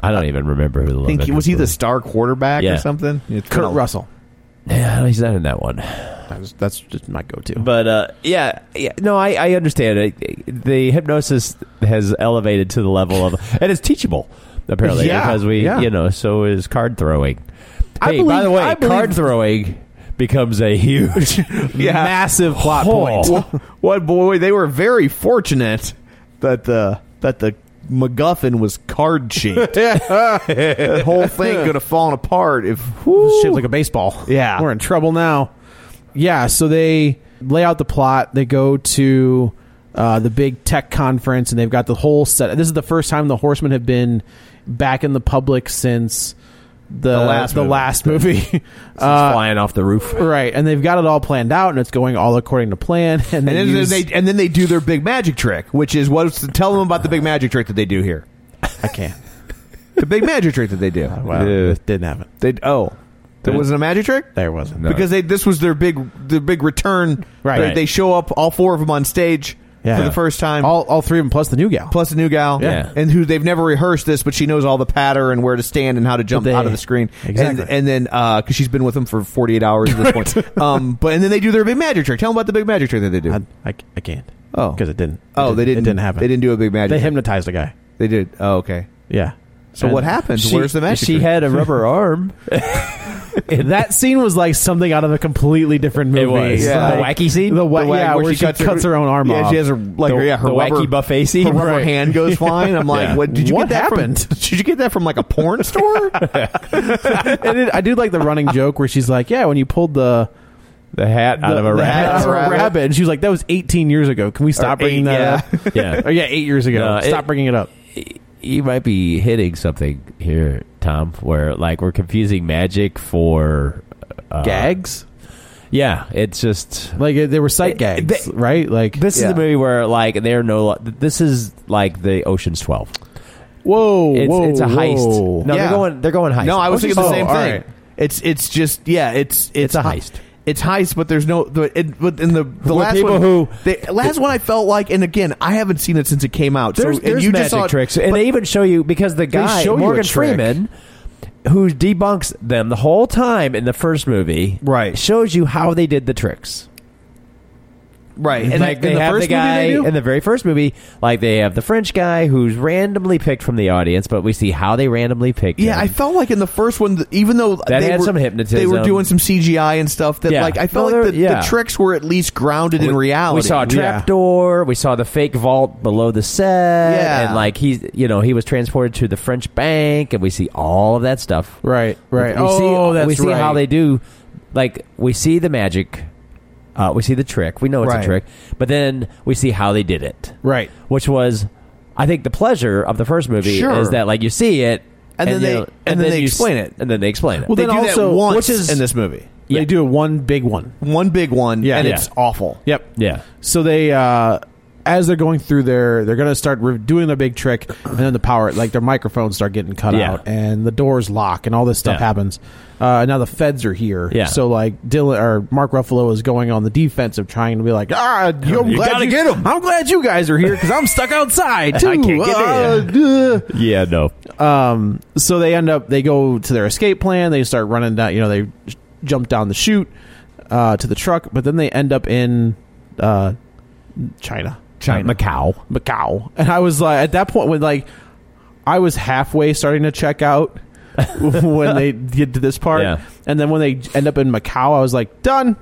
C: I don't even remember who the
D: I think he, was he the star quarterback
C: Yeah.
D: or something? It's been
B: Kurt
D: a-
B: Russell.
C: Yeah, he's not in that one.
B: That's, that's just my go-to.
C: But uh, yeah, yeah, no, I, I understand. It. The hypnosis has elevated to the level of, and it's teachable apparently
B: Yeah,
C: because we,
B: yeah.
C: you know, so is card throwing.
B: I
C: hey, by
B: believe-
C: the way,
B: I believe-
C: card throwing becomes a
B: (laughs)
C: huge, massive plot
B: Hole.
C: point.
D: What boy? They were very fortunate that the that the MacGuffin was card cheat. that whole thing could have fallen apart if.
B: shaped like a baseball.
D: Yeah.
B: We're in trouble now. Yeah, so they lay out the plot. They go to uh, the big tech conference, and they've got the whole set. This is the first time the Horsemen have been back in the public since the, the
D: last movie.
B: last movie. (laughs)
C: flying off the roof.
B: right, and they've got it all planned out, and it's going all according to plan. (laughs) And, they
D: And then,
B: use-
D: they and then they do their big magic trick, which is what's tell them about the big magic trick that they do here.
B: I can't.
D: The big magic trick that they do.
B: Wow,
C: Yeah.
B: it didn't happen.
D: They oh, there wasn't a magic trick
B: There wasn't.
D: because they this was their big their big return.
B: Right.
D: They, they show up all four of them on stage
B: Yeah.
D: for the first time.
B: all all three of them plus the new gal.
D: plus a new gal,
C: Yeah.
D: and who they've never rehearsed this, but she knows all the patter and where to stand and how to jump
B: But they-
D: out of the screen.
B: Exactly.
D: And, and then because she's been with them for forty eight hours at this
B: (laughs)
D: point. Um, but and then they do their big magic trick. Tell them about the big magic trick that they do.
B: I, I, I can't.
D: Oh.
B: because it didn't.
D: oh, they didn't.
B: It didn't happen.
D: They didn't do a big magic.
B: They
D: trick.
B: hypnotized a guy.
D: They did. Oh,
B: (laughs)
D: okay.
B: Yeah.
D: So what happened? Where's the magic?
C: She
D: trick?
C: had
D: (laughs)
C: a rubber arm.
B: That scene was like something out of a completely different movie.
C: It was.
D: Yeah.
B: Like,
C: The wacky scene?
B: The wa-
D: The wag-
B: yeah, where, she, cuts, her, own arm
D: yeah,
B: off.
D: she has her like
C: the,
D: yeah her
C: the
D: rubber,
C: wacky buffet scene.
D: her rubber hand goes flying. I'm
B: (laughs)
D: like,
C: Yeah.
D: what? Did you
B: What
D: get that
B: happened?
D: From, (laughs) did you get that from like a porn
B: (laughs)
D: store?
B: and it, I do like the running joke where she's like, "Yeah, when you pulled the."
C: The hat out
B: the-
C: of a
B: the
C: rack.
B: hat out of a
D: rabbit.
B: rabbit, and she was like, "That was 18 years ago. Can we stop
D: Or
B: bringing
D: eight,
B: that
D: yeah.
B: up?"
C: Yeah.
B: (laughs) oh yeah, eight years ago.
C: No, it-
B: stop bringing it up.
C: you might be hitting something here, Tom, where like we're confusing magic for uh,
B: gags,
C: Yeah, it's just
B: like uh, they were sight
C: It-
B: gags,
C: they-
B: right? Like
C: this
D: Yeah.
C: is the movie where like they're no. lo- This is like the Ocean's Twelve.
B: whoa,
C: It's,
B: whoa,
C: it's a heist.
B: whoa.
C: No,
D: Yeah.
C: they're going. They're going heist.
D: No, I was thinking the
B: just-
D: same
B: oh, all
D: thing.
B: right.
D: It's it's just yeah, it's it's,
C: a
D: hei-
C: heist.
D: It's heist, but there's no. The, it, but in the the
C: With
D: last
C: people
D: one,
C: who-
D: the last one I felt like, and again, I haven't seen it since it came out.
C: There's,
D: so and
C: there's
D: you
C: magic
D: just saw it-
C: tricks, and they even show you because the guy
B: show you a
C: Morgan
B: trick.
C: Freeman, who debunks them the whole time in the first movie,
D: Right.
C: shows you how they did the tricks.
D: right? And
C: like
D: in
C: they
D: the
C: have
D: first
C: the guy
D: movie they do?
C: in the very first movie, like they have the French guy who's randomly picked from the audience, but we see how they randomly picked.
D: yeah,
C: him.
D: I felt like in the first one, th- even though
C: That
D: they
C: had
D: were,
C: some hypnotism.
D: they were doing some CGI and stuff. That
C: Yeah.
D: like I felt
C: No,
D: like
C: they're-
D: the,
C: yeah.
D: the tricks were at least grounded in
C: We-
D: reality.
C: We saw a trapdoor. We saw the fake vault below the set.
D: Yeah.
C: and like he's you know he was transported to the French bank, and we see all of that stuff.
B: Right, right.
C: We
B: oh,
C: see,
B: that's
C: we see
B: right.
C: how they do. Like we see the magic. Uh, we see the trick. We know it's
D: Right.
C: a trick, but then we see how they did it.
B: Right.
C: which was, I think, the pleasure of the first movie
D: Sure.
C: is that like you see it,
D: And then they-
C: you-
D: and then they
C: you s-
D: explain it.
C: and then they explain it.
B: Well,
D: They
B: then
D: do
B: also-
D: that once
B: which is-
D: in this movie,
C: Yeah.
B: They do a one big one.
D: one big one,
B: Yeah.
D: and
B: Yeah.
D: it's awful.
B: Yep.
C: yeah,
B: So they, uh, as they're going through their, they're going to start re- doing their big trick, and then the power, like their microphones start getting cut
C: Yeah.
B: out, and the doors lock, and all this stuff
C: Yeah.
B: happens. Uh, now the feds are here.
C: Yeah.
B: So like Dylan or Mark Ruffalo is going on the defensive, trying to be like, ah, I'm
C: You
B: glad
C: gotta
B: you,
C: get 'em."
B: I'm glad you guys are here because I'm stuck outside too.
C: (laughs) I can't get
B: uh, duh."
C: yeah, no,
B: Um, so they end up they go to their escape plan. They start running down. You know, they j- jump down the chute uh, to the truck, but then they end up in uh, China,
C: China, Macau.
B: Macau. And I was like, at that point, when like I was halfway starting to check out (laughs) when they get to this part,
C: Yeah.
B: and then when they end up in Macau, I was like, done,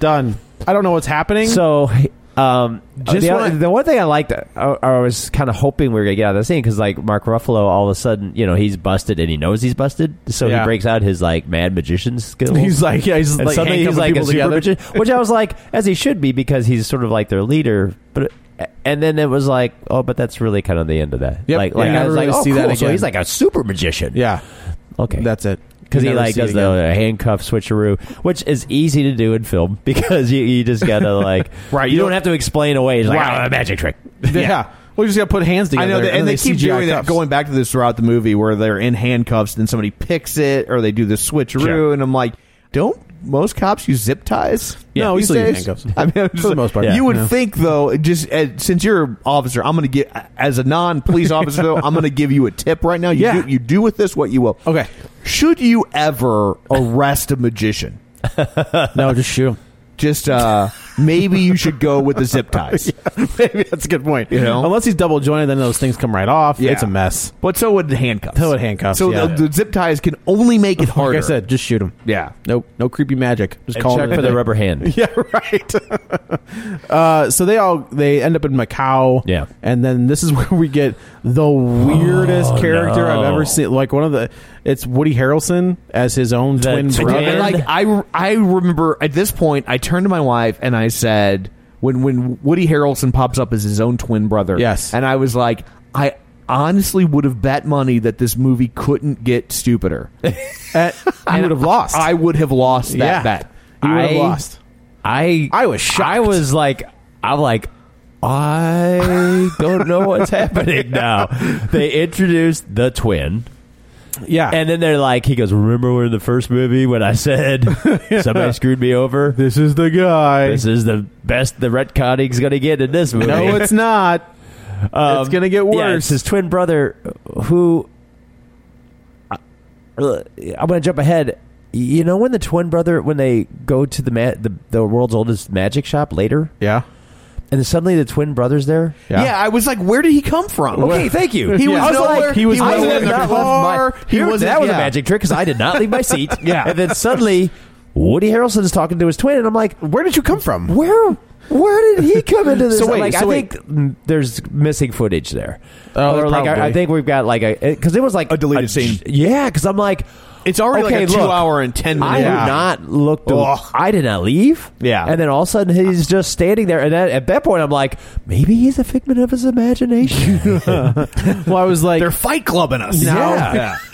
B: done. I don't know what's happening.
C: So, um,
B: Just
C: the,
B: wanna-
C: the one thing I liked, I, I was kind of hoping we were gonna get out of the scene because, like, Mark Ruffalo, all of a sudden, you know, he's busted and he knows he's busted, so
B: Yeah.
C: he breaks out his like mad magician skills.
B: he's like, yeah, he's
C: and
B: like,
C: suddenly he's
B: handcuffing
C: like a
B: people
C: super
B: together.
C: magician, which I was like, as he should be, because he's sort of like their leader. But uh, and then it was like, oh, but that's really kind of the end of that.
B: Yep.
C: Like, like
B: Yeah,
C: I
B: never
C: was like,
B: really
C: oh,
B: see that
C: cool, so
B: again.
C: he's like a super magician.
B: Yeah,
C: okay,
B: that's it.
C: because
B: You
C: he
B: never
C: like
B: see it
C: does the
B: again.
C: uh, handcuff switcheroo, which is easy to do in film (laughs) because you, you just gotta like
B: (laughs) Right,
C: You,
B: you
C: don't
B: don't-
C: have to explain away. It's like
B: Right.
C: "Oh, a magic trick.
B: (laughs) Yeah. Well, you just got to put hands
D: I
B: together.
D: know, that, and,
B: then
D: they, keep
B: CGI
D: doing that,
B: cuffs.
D: going back to this throughout the movie, where they're in handcuffs, then somebody picks it, or they do the switcheroo,
C: Sure.
D: and I'm like, don't most cops use zip ties?
B: Yeah,
D: No,
B: we
D: these
B: still use
D: days?
B: handcuffs.
D: (laughs) I mean, I'm just
B: For the
D: like-
B: most part,
D: you
B: yeah.
D: would
B: Yeah.
D: think though, just uh, since you're an officer, I'm going to get as a non
B: (laughs)
D: police officer though, I'm going to give you a tip right now. You
B: Yeah.
D: do, you do with this what you will.
B: Okay.
D: Should you ever arrest a magician?
B: (laughs) No, just
D: (laughs)
B: shoot 'em.
D: Just uh maybe you should go with the zip
B: (laughs)
D: ties.
B: Maybe that's a good point.
D: You know?
B: Unless he's double jointed, then those things come right off.
D: Yeah.
B: It's a mess.
D: But so would the handcuffs.
B: So would handcuffs,
D: So
B: yeah.
D: the, the zip ties can only make it harder.
B: Like I said, just shoot him.
D: Yeah.
B: Nope. No creepy magic. Just
C: And
B: call
C: check
B: it a
C: for the
B: day.
C: rubber
B: (laughs)
C: hand.
B: Yeah, right. uh, so they all they end up in Macau.
C: Yeah.
B: and then this is (laughs) where we get the weirdest character
C: Oh, no.
B: I've ever seen. Like one of the, it's Woody Harrelson as his own
C: The
B: twin
C: twin?
B: brother.
D: And like I, I remember at this point, I turned to my wife and I said, when when Woody Harrelson pops up as his own twin brother,
B: Yes.
D: and I was like, I honestly would have bet money that this movie couldn't get
B: (laughs)
D: stupider.
B: At- you would have lost.
D: I would have lost that
B: yeah,
D: bet.
B: you would
C: I-
B: have lost.
C: I
B: I was shocked.
C: I was like, I'm like, I don't know what's happening now.
B: (laughs)
C: They introduced the twin,
B: Yeah,
C: and then they're like, he goes, "Remember when in the first movie when
B: (laughs)
C: I said somebody screwed me over?
B: this is the guy.
C: This is the best the retconning's gonna get in this movie. (laughs)
B: no, it's not.
C: Um,
B: it's gonna get
C: yeah, it's
B: worse.
C: his twin brother who. I, I'm gonna jump ahead. You know when the twin brother when they go to the ma- the, the world's oldest magic shop later,
B: yeah,
C: and then suddenly the twin brother's there.
D: Yeah.
B: Yeah.
D: I was like, where did he come from?
C: Okay,
D: (laughs)
C: thank you.
D: He
B: Yeah.
D: was
B: I was
D: nowhere.
B: like, he was
D: he
B: nowhere
D: wasn't in
B: in
D: the
B: that
D: car. He was
C: that was a magic trick because I did not leave my seat. yeah, and then suddenly Woody Harrelson is talking to his twin, and I'm like,
B: where did you come from?
C: where? Where did
D: (laughs)
C: he come into this?
B: So wait,
C: like,
B: so
C: I
B: wait.
C: think mm, there's missing footage there.
B: Oh,
C: or like I, I
B: probably.
C: think we've got like a because it was like
D: A deleted scene.
C: Yeah, because I'm like,
D: It's already
C: okay,
D: like a
C: look,
D: two-hour and ten
C: I
D: minute.
C: did not look.
D: Ugh.
C: To, I did not leave.
D: Yeah.
C: and then all of a sudden he's just standing there, and at, at that point I'm like, maybe he's a figment of
D: (laughs)
C: his imagination. (laughs)
B: Well, I was like,
D: They're Fight Clubbing us.
C: No.
B: (laughs)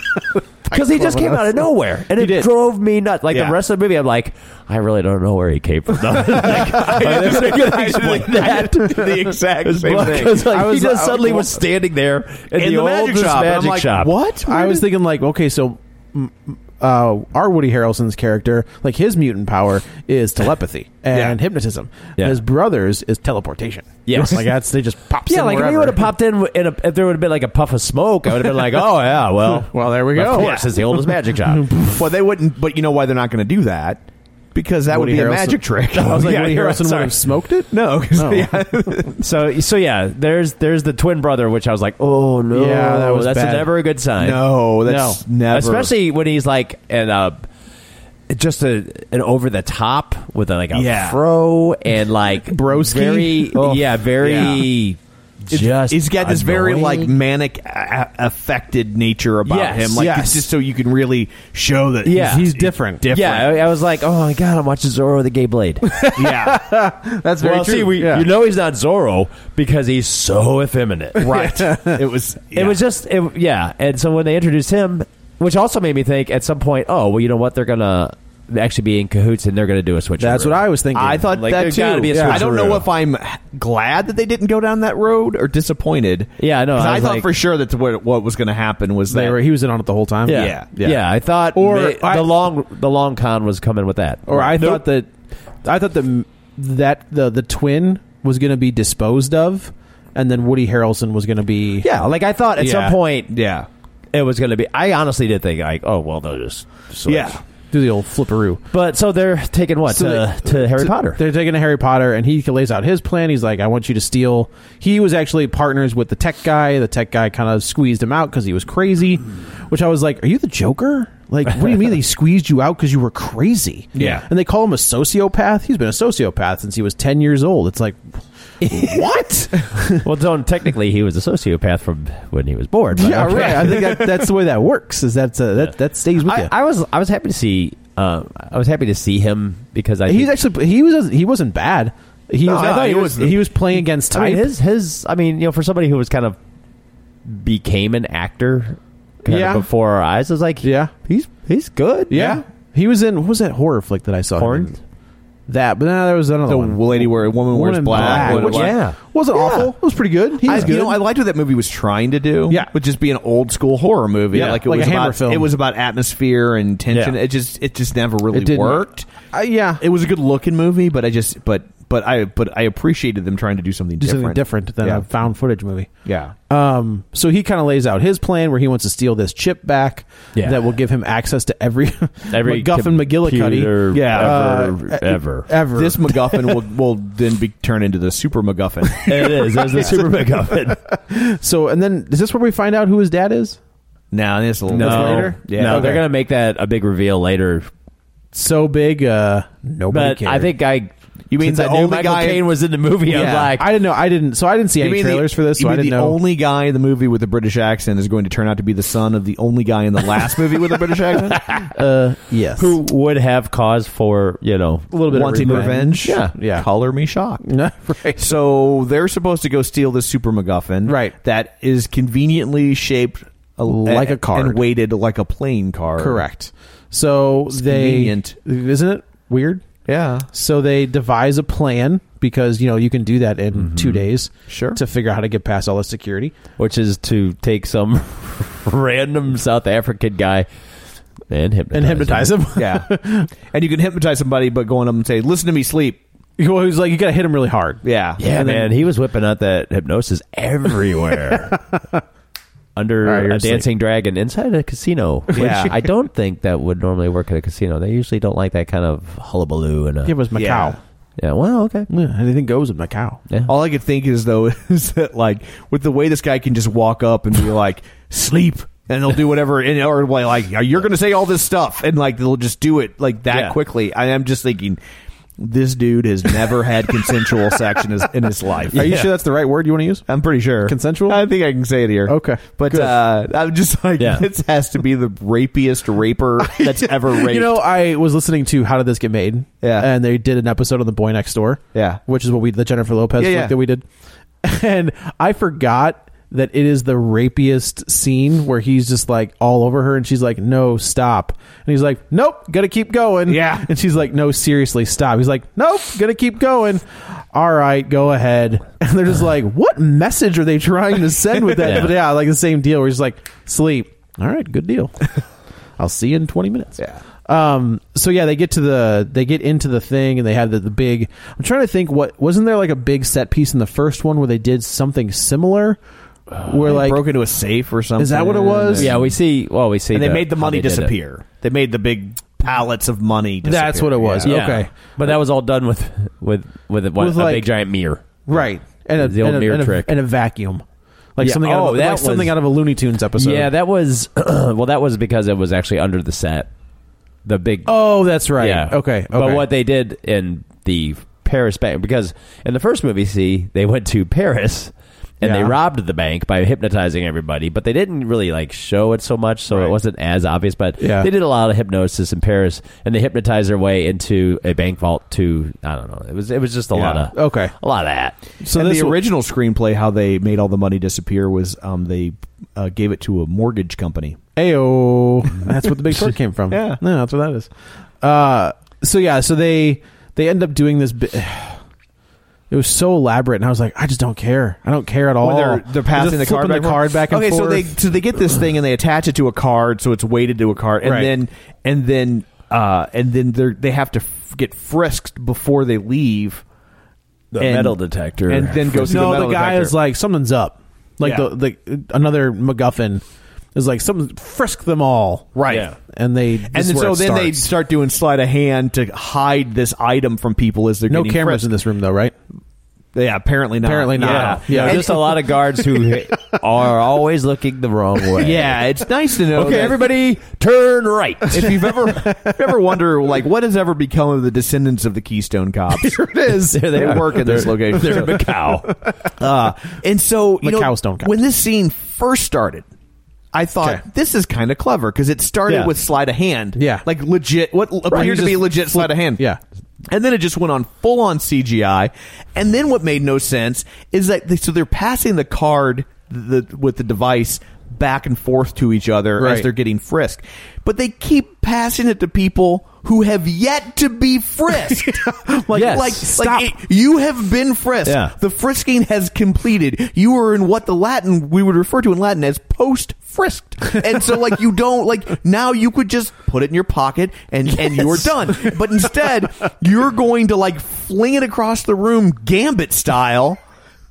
C: because he just came out of nowhere, and it
B: did.
C: drove me nuts. Like
D: Yeah.
C: the rest of the movie, I'm like, I really don't know where he came from. (laughs)
D: (laughs)
C: like, there's a good explain that.
D: the exact same thing.
C: Because like,
B: I
C: he
B: was-
C: just
B: I-
C: suddenly was standing there in,
D: In the magic
C: oldest
D: shop, and I'm
C: magic
D: like,
C: shop.
D: What?
B: I was thinking like, okay, so mm, uh, our Woody Harrelson's character, like his mutant power is telepathy and hypnotism.
C: Yeah.
B: And his brother's is teleportation.
C: Yes.
B: like that's they just pops.
C: (laughs) Yeah,
B: in
C: like if he
B: wherever.
C: would have popped in, in a, if there would have been like a puff of smoke, I would have been like, oh yeah, well,
B: (laughs) Well, there we
C: Of
B: go.
C: course, it's the
B: (laughs)
C: oldest magic shop.
D: Well, they wouldn't. But you know why they're not going to do that? Because that
B: Woody
D: would be
B: Harrelson-
D: a magic trick.
B: I (laughs) was like,
C: Yeah,
B: Woody
C: you're right,
B: Harrelson would
C: sorry.
B: have smoked it.
D: no, 'cause-
B: (laughs) Oh.
D: yeah.
C: So so yeah, there's there's the twin brother, which I was like, oh no,
B: Yeah, that was
C: that's
B: bad.
C: never a good sign.
D: no, that's never.
C: Especially when he's like an uh, just a an over the top with a, like a
D: Yeah.
C: fro and like
B: Broski?
C: very
B: Oh.
C: yeah, very just
D: he's got this very like
C: annoying.
D: manic a- a- affected nature about
C: Yes,
D: him. Like
B: yes.
D: it's just so you can really show that.
C: Yeah.
B: He's different.
D: Different.
C: yeah. I, I was like, oh my god, I'm watching Zorro the Gay (laughs) Blade.
D: yeah.
B: That's very
C: well,
B: true.
C: see, we,
B: Yeah.
C: (laughs) you know he's not Zorro because he's so effeminate.
D: Right. it was.
C: (laughs) It was just, it, yeah. And so when they introduced him, which also made me think at some point, oh, well, you know what? They're going to actually be in cahoots and they're going to do a switch.
B: that's what I was thinking.
D: I thought
C: Like,
D: that
C: there's
D: too.
C: gotta be a
D: Yeah. I don't know
C: switcheroo.
D: if I'm glad that they didn't go down that road or disappointed.
C: Yeah, I know.
D: 'Cause
C: I
D: I,
C: was
D: thought
C: like-
D: for sure that what, what was going to happen was
B: they
D: that
B: were. He was in on it the whole time.
C: Yeah.
D: Yeah.
C: Yeah.
D: Yeah.
C: I thought
B: Or
C: may-
B: I-
C: the long the long con was coming with that.
B: Or I thought that I thought that that the the twin was going to be disposed of, and then Woody Harrelson was going to be
C: Yeah, like I thought at
B: Yeah.
C: some point
D: Yeah.
C: it was going to be I honestly did think like, oh, well, they'll just switch.
D: Yeah.
B: do the old flipperoo.
C: But so they're taking what
B: So
C: to,
B: they-
C: to Harry
B: to-
C: Potter.
B: They're taking a Harry Potter, and he lays out his plan. He's like, "I want you to steal." He was actually partners with the tech guy. The tech guy kind of squeezed him out because he was crazy. Which I was like, "Are you the Joker? Like, what do you mean
C: (laughs)
B: they squeezed you out because you were crazy?"
D: Yeah.
B: And they call him a sociopath. He's been a sociopath since he was ten years old. It's
C: (laughs)
B: like, what?
C: Well, don't technically he was a sociopath from when he was born. but
B: yeah,
C: okay.
B: right. I think that, that's the way that works. Is that uh, that that stays with you?
C: I, I was I was happy to see um, I was happy to see him because I
B: he's
C: think-
B: actually he was he wasn't bad. He was, I
D: no,
B: thought he,
D: he
B: was
D: was-
B: he was playing against type.
C: I mean, his his I mean you know for somebody who was kind of became an actor kind
B: Yeah.
C: of before our eyes I was like
B: Yeah.
C: he's he's good
B: Yeah. He was in what was that horror flick that I saw? him
C: Horns?
B: in? that. But now there was another
D: The
B: one.
D: lady where a woman,
B: Woman
D: wears
B: in
D: black.
B: Black,
D: Woman in
C: which-
D: black.
C: yeah.
B: Wasn't
D: Yeah.
B: awful. It was pretty good. He
D: I,
B: was good.
D: You know, I liked what that movie was trying to do.
B: Yeah.
D: would just be an old school horror movie.
B: Yeah,
D: like it
B: like a
D: was
B: Hammer
D: about,
B: film.
D: It was about atmosphere and tension.
C: Yeah.
D: It just it just never really
B: It didn't.
D: worked.
B: Uh, yeah.
D: It was a good looking movie, but I just but but I but I appreciated them trying to do something
B: do
D: different.
B: something different than
D: Yeah.
B: a found footage movie.
D: Yeah.
B: Um, so he kind of lays out his plan where he wants to steal this chip back
C: Yeah.
B: that will give him access to every (laughs)
C: Every
B: MacGuffin
C: computer
B: McGillicuddy
C: ever,
B: uh,
C: ever.
B: ever.
D: This MacGuffin
B: (laughs)
D: will will then be turned into the Super MacGuffin.
C: it is. There's the super
B: (laughs)
C: MacGuffin.
B: so and then is this where we find out who his dad is?
D: now it's a little
C: No,
B: later?
C: yeah.
D: Yeah.
C: no,
D: Okay.
C: they're gonna make that a big reveal later.
B: So big, uh, nobody
C: But
B: cared.
C: I think I.
D: You mean
C: since I
D: the
C: knew
D: only
C: Michael
D: guy-
C: Caine was in the movie? I was
D: Yeah.
C: like,
B: I didn't know. I didn't. So I didn't see
D: You
B: any
D: mean the-
B: trailers for this.
D: you
B: So I
D: mean
B: didn't
D: the
B: know.
D: only guy in the movie with a British accent is going to turn out to be the son of the only guy in the last movie with a British
B: (laughs)
D: accent.
B: yes.
C: who would have cause for you know
B: A little bit of
D: wanting revenge.
B: Yeah.
D: Color me shocked.
B: (laughs) right.
D: So they're supposed to go steal this super MacGuffin,
B: Right.
D: That is conveniently shaped a,
B: Like a card.
D: and weighted like a plane card.
B: Correct. So they
D: convenient.
B: isn't it weird?
D: Yeah.
B: So they devise a plan because you know you can do that in two days.
D: Sure.
B: To figure out how to get past all the security.
C: which is to take some (laughs) random South African guy and hypnotize
B: and (laughs) hypnotize (laughs) him.
D: Yeah. and you can hypnotize somebody by going up and say, "Listen to me, sleep."
B: well, he was like, you got to hit him really hard.
D: Yeah.
C: Yeah,
D: And then-
C: man, he was whipping out that hypnosis everywhere. Under
B: All right, you're
C: a dancing dragon inside a casino. Which
D: Yeah.
C: I don't think that would normally work at a casino. They usually don't like that kind of hullabaloo and a,
B: It was Macau.
D: Yeah.
B: Yeah.
C: yeah. Well, okay.
B: anything goes with Macau.
C: Yeah.
D: All I could think is though (laughs) is that like with the way this guy can just walk up and be like sleep and they'll do whatever and or like you're gonna say all this stuff and like they'll just do it like that
C: Yeah.
D: quickly. I am just thinking this dude has never had
B: (laughs)
D: consensual sex in his, in his life.
B: Are you sure that's the right word you want to use?
D: I'm pretty sure
B: Consensual?
D: I think I can say it here.
B: Okay.
D: but
B: Good.
D: uh, I'm just like
C: Yeah.
D: this has to be the rapiest
B: (laughs)
D: raper that's ever raped.
B: You know, I was listening to How Did This Get Made?
D: Yeah.
B: And they did an episode on The Boy Next Door.
D: Yeah.
B: Which is what we, the Jennifer Lopez
D: Yeah,
B: flick
D: yeah.
B: that we did. (laughs) And I forgot that it is the rapiest scene where he's just like all over her and she's like, no, stop. And he's like, nope, gotta keep going.
D: Yeah.
B: And she's like, no, seriously, stop. He's like, nope, gonna keep going. All right, go ahead. (laughs) And they're just like, what message are they trying to send with that?
D: (laughs)
C: Yeah.
B: But yeah, like the same deal where he's like, sleep. All right, good deal. I'll see you in 20 minutes.
D: Yeah.
B: Um, so yeah, they get to the, they get into the thing and they have the, the big, I'm trying to think what, wasn't there like a big set piece in the first one where they did something similar?
C: Uh,
B: where like,
D: broke into a safe or something.
B: is that what it was?
C: yeah, we see. Well, we see.
D: and they
C: the-
D: made the
C: how
D: money
C: they did it.
D: disappear. They made the big pallets of money. Disappear.
B: That's what it was.
C: Yeah.
B: Okay.
C: but that was all done with with with, one,
B: With
C: a
B: like-
C: big giant mirror.
B: Right. And a,
C: The old
B: and a-
C: mirror
B: and a-
C: trick.
B: and a vacuum. Like
C: Yeah.
B: something out
C: Oh,
B: of, a-
C: that
B: like something
C: was-
B: out of a Looney Tunes episode.
C: yeah, that was (clears throat) well. That was because it was actually under the set. The big
B: Oh, that's right.
C: Yeah.
B: Okay. okay.
C: But what they did in the Paris bank, because in the first movie, see, they went to Paris and they
B: Yeah.
C: robbed the bank by hypnotizing everybody, but they didn't really like show it so much, so it wasn't as obvious. But
B: Yeah.
C: they did a lot of hypnosis in Paris, and they hypnotized their way into a bank vault. To I don't know, it was it was just a lot of
B: Okay.
C: a lot of that.
B: So
D: and
B: this
D: the
B: w-
D: original screenplay, how they made all the money disappear, was um, they uh, gave it to a mortgage company.
B: Ayo. (laughs) That's what the big short came from.
D: Yeah.
B: No, that's what that is. Uh, so yeah, so they they end up doing this. Bi- (sighs) it was so elaborate, and I was like, I just don't care. I don't care at all.
D: When they're they're passing the
B: Just
D: card
B: flipping
D: back,
B: the card back and
D: okay,
B: forth.
D: so they so they get this thing and they attach it to a card, so it's weighted to a card, and
B: Right.
D: then and then uh, and then they they have to f- get frisked before they leave.
C: The
D: And-
C: metal detector,
D: and then
C: (laughs)
D: go through
B: no,
D: the, metal
B: the guy
D: detector.
B: is like, something's up. Like
D: Yeah.
B: the, the another MacGuffin is like, something frisk them all,
D: Right.
C: Yeah.
B: And they
D: and
B: this
D: then,
B: is
D: so
B: where
D: then
B: it
D: they
B: starts.
D: start doing sleight of hand to hide this item from people as they're
B: no
D: getting
B: cameras
D: frisked.
B: in this room though, right?
D: Yeah, apparently not.
B: Apparently not.
C: yeah,
B: Yeah.
C: yeah, just a lot of guards who are always looking the wrong way.
D: Yeah, it's nice to know.
C: Okay,
D: that-
C: everybody, turn right.
D: If you've ever if you ever wonder like what has ever become of the descendants of the Keystone
B: (laughs)
D: Cops,
B: it is.
D: they, work in this location.
C: They're in Macau.
D: Uh, and so you
B: The
D: know,
B: cows don't count.
D: when this scene first started, I thought
B: Okay.
D: this is kind of clever because it started
C: Yeah.
D: with sleight of hand.
B: Yeah.
D: like legit. What appeared to
B: Just
D: be legit sleight of hand.
B: yeah.
D: And then it just went on full on CGI. And then what made no sense is that they, so they're passing the card the, with the device back and forth to each other as
B: Right.
D: they're getting frisked. But they keep passing it to people who have yet to be frisked. like,
C: Yes.
D: like,
C: Stop.
D: like it- you have been frisked.
C: Yeah.
D: The frisking has completed. You are in what the Latin we would refer to in Latin as post frisked. And so like you don't like now you could just put it in your pocket and and you're done. But instead, you're going to like fling it across the room gambit style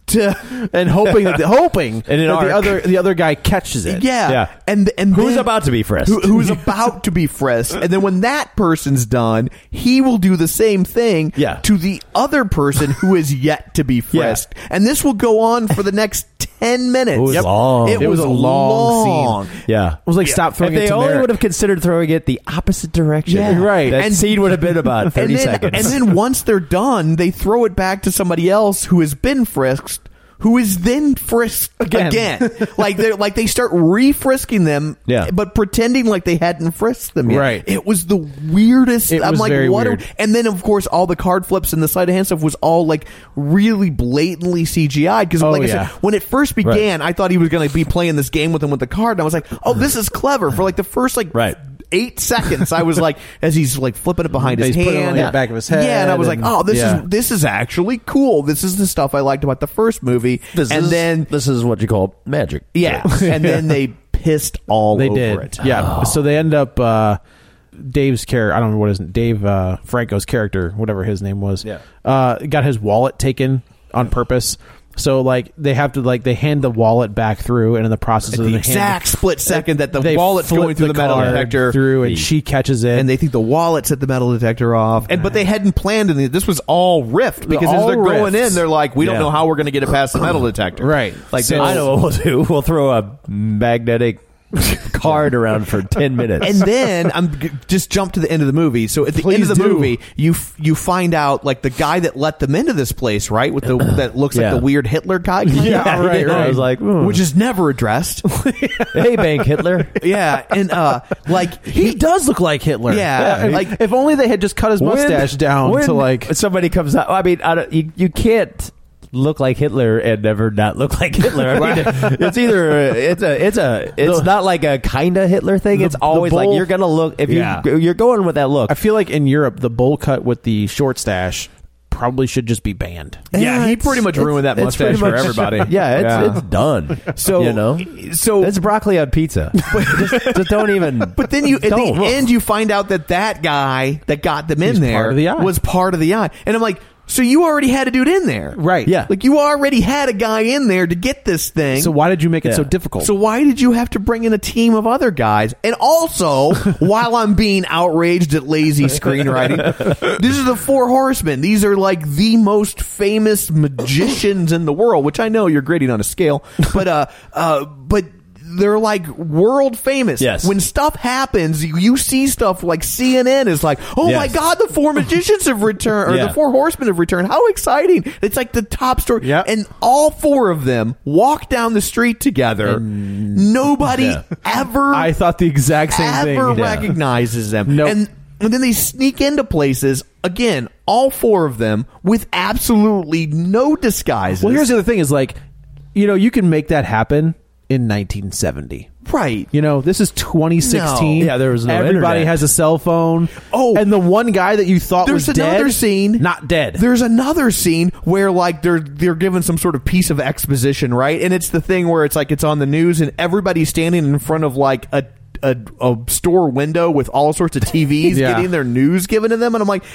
D: to
B: and hoping that the, hoping
C: (laughs) In an
B: that
C: arc.
B: the other the other guy catches it.
D: yeah.
C: Yeah.
D: And and
C: Who's
D: then-
C: about to be frisked?
D: Who, who's about to be frisked? And then when that person's done, he will do the same thing
C: Yeah.
D: to the other person who is yet to be frisked. And this will go on for the next ten minutes. It
C: was Yep. long.
D: It,
C: It
D: was,
C: was a
B: long scene.
D: long.
C: Yeah,
B: was like, stop throwing
C: if
B: it
C: they
B: to
C: only
B: Merrick.
C: would have considered throwing it the opposite direction,
D: Yeah. Right.
C: That
D: And-
C: scene would have been about thirty
D: and then,
C: seconds.
D: And then once they're done, they throw it back to somebody else who has been frisked, who is then frisked again.
B: (laughs)
D: like they are like they start refrisking them,
C: Yeah.
D: but pretending like they hadn't frisked them yet.
B: Right.
D: It was the weirdest.
B: It
D: I'm
B: was
D: like,
B: very
D: what? are-
B: weird.
D: and then of course all the card flips and the sleight of hand stuff was all like really blatantly CGI because
B: Oh,
D: like I
B: yeah.
D: said, when it first began, I thought he was going to be playing this game with him with the card, and I was like, oh, this is clever. For like the first like
C: Right.
D: eight seconds, I was like, as he's like flipping it behind his
B: He's
D: hand,
B: putting it on the back of his head
D: Yeah, and I was
B: and-
D: like, oh, this
B: yeah.
D: is this is actually cool. This is the stuff I liked about the first movie,
C: this
D: and
C: is,
D: then
C: this is what you call magic.
D: yeah,
B: (laughs)
C: (laughs)
D: and then they pissed all
B: they
D: over
B: did.
D: it.
B: Yeah, so they end up uh, Dave's character. I don't know what his Dave uh, Franco's character, whatever his name was.
C: Yeah.
B: uh, got his wallet taken on purpose. So like they have to like they hand the wallet back through, and in the process of
D: the
B: the
D: exact split second that the
B: hand, they
D: wallet's
B: flip
D: going through the, metal
B: card
D: detector
B: through, and she catches it,
D: and they think the wallet set the metal detector off. And but they hadn't planned any. This was all rift because as
B: All
D: they're going
B: rifts.
D: in, they're like, we
C: Yeah.
D: don't know how we're going to get it past the metal detector.
B: Right.
D: Like
B: So-
D: this-
C: I know what we'll do. We'll throw a magnetic card around for ten minutes.
D: and then I'm g- just jump to the end of the movie. So at the end of the
B: do.
D: movie, you f- you find out like the guy that let them into this place, right? With the that looks
C: Yeah.
D: like the weird Hitler guy, kinda?
C: Yeah, right, yeah. right. I was like, hmm.
D: which is never addressed.
C: hey, Bank Hitler,
D: yeah, and uh, like
B: he, does look like Hitler.
D: Yeah,
B: If-
D: like-
B: if only they had just cut his mustache
C: When-
B: down
C: when
B: to like
C: somebody comes out. I mean, I don't, you you can't look like Hitler and never not look like Hitler. I mean, (laughs) it's either it's a it's a it's not like a kind of Hitler thing. it's always like
B: bowl-
C: you're gonna look if
B: Yeah.
C: you you're going with that look.
B: I feel like in Europe, the bowl cut with the short stash probably should just be banned.
D: yeah, he
C: it's-
D: pretty much
C: it's-
D: ruined that
C: it's pretty
D: mustache for
C: much-
D: everybody.
C: (laughs) Yeah, it's, it's done.
D: So
C: you know,
D: so
C: it's broccoli
D: (laughs)
C: on pizza. (laughs) just, just don't even.
D: But then you at
C: Don't.
D: the end you find out that that guy that got them in
B: He's
D: there
B: part of the eye.
D: was part of the eye, and I'm like, so you already had a dude in there,
B: Right.
C: Yeah.
D: Like you already had a guy in there to get this thing.
B: So why did you make it
C: Yeah.
B: so difficult?
D: So why did you have to bring in a team of other guys? And
C: (laughs)
D: also, while I'm being outraged at lazy screenwriting, these are the Four Horsemen. These are like the most famous magicians in the world, which I know you're grading on a scale, but uh, (laughs) uh, but. They're like world famous.
C: Yes.
D: When stuff happens, you, you see stuff like CNN is like, "Oh my
C: Yes.
D: God, the four magicians have returned, or
C: Yeah.
D: the four horsemen have returned." How exciting! It's like the top story.
B: Yep.
D: And all four of them walk down the street together. Nobody
C: Yeah.
D: ever
B: I thought the exact same thing.
D: ever
C: Yeah.
D: recognizes them.
B: Nope.
D: And and then they sneak into places again, all four of them with absolutely no disguises.
B: Well, here's the other thing: is like, you know, you can make that happen in 1970.
D: right.
B: You know, this is 2016.
C: No. Yeah, there was no
B: Everybody
C: internet.
B: has a cell phone.
D: Oh.
B: and the one guy that you thought
D: There's
B: was
D: another
B: dead,
D: scene.
B: not dead.
D: There's another scene where like they're they're given some sort of piece of exposition, right? And it's the thing where it's like it's on the news and everybody's standing in front of like a a, a store window with all sorts of TVs
B: Yeah.
D: getting their news given to them, and I'm like.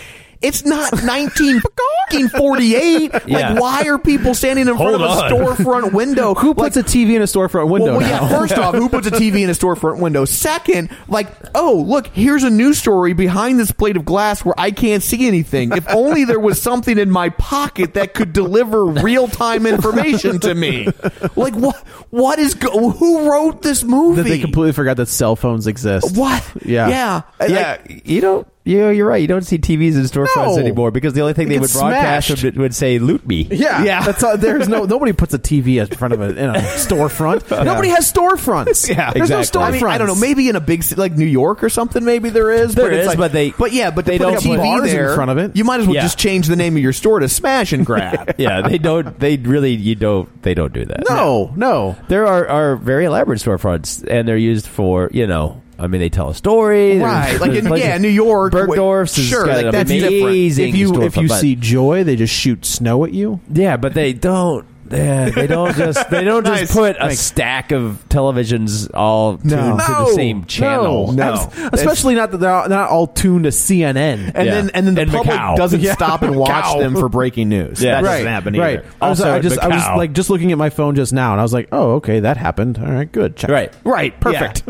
D: It's not
B: (laughs)
D: 1948. Like,
C: Yeah.
D: why are people standing in front of
C: Hold
D: a
C: on.
D: storefront window?
B: Who puts a TV in a storefront window?
D: Well, well,
B: now?
D: yeah. First off, who puts a TV in a storefront window? Second, like, oh, look, here's a news story behind this plate of glass where I can't see anything. If only there was something in my pocket that could deliver real time information to me. Like, what? What is? Go- who wrote this movie?
B: that they completely forgot that cell phones exist.
D: what?
B: Yeah.
D: Yeah.
C: yeah,
D: Like,
C: you don't. You know, you're right. You don't see TVs in storefronts
D: No.
C: anymore because the only thing
B: It
C: they would
B: gets
C: broadcast
B: smashed.
C: would, would say "loot me."
D: (laughs)
B: Yeah,
D: Yeah.
B: That's all, there's no nobody puts a TV in front of a, (laughs) in a
C: (laughs)
B: storefront. Nobody has storefronts.
C: Yeah,
B: there's
C: exactly.
B: no
D: I
B: storefronts.
D: mean, I don't know. Maybe in a big city like New York or something, maybe there is.
C: There
D: but it's
C: is,
D: like-
C: but they-
D: But yeah, but they
C: they don't
D: don't
C: put
D: TV
B: bars in
D: there
B: front of it.
D: You might as well
C: Yeah.
D: just change the name of your store to Smash and
C: (laughs)
D: Grab.
C: (laughs) yeah, they don't. They really, you don't. They don't do that.
B: (laughs) no, no.
C: there are, are very elaborate storefronts, and they're used for you know I mean, they tell a story.
D: Right,
C: There's-
D: like
C: there's (laughs)
D: in,
C: places-
D: yeah, New York. wh-
C: Bergdorf's has
D: sure,
C: got
D: like
C: an
D: that's different.
C: amazing
B: If you if
C: storefront,
B: you
C: but-
B: see joy, they just shoot snow at you.
C: yeah, but they don't. Yeah,
D: (laughs)
C: they don't just
B: (laughs)
C: they don't
D: Nice.
C: just put a
D: Thanks.
C: stack of televisions all tuned to
D: No.
C: the same channel.
B: Abs- especially not that they're all- not all tuned to CNN.
D: And
C: Yeah.
D: then and then the
C: And
D: public
C: Macau.
D: doesn't
C: Yeah.
D: stop
B: (laughs)
D: and watch
C: Macau.
D: them for breaking news.
C: Yeah.
D: That
C: Right.
D: doesn't happen either.
B: Right. I was,
C: Also
B: I
C: in
B: just I was
C: Macau.
B: like just looking at my phone just now, and I was like, oh, okay, that happened. All right, good. Check.
C: Right.
D: Right. (laughs) Perfect.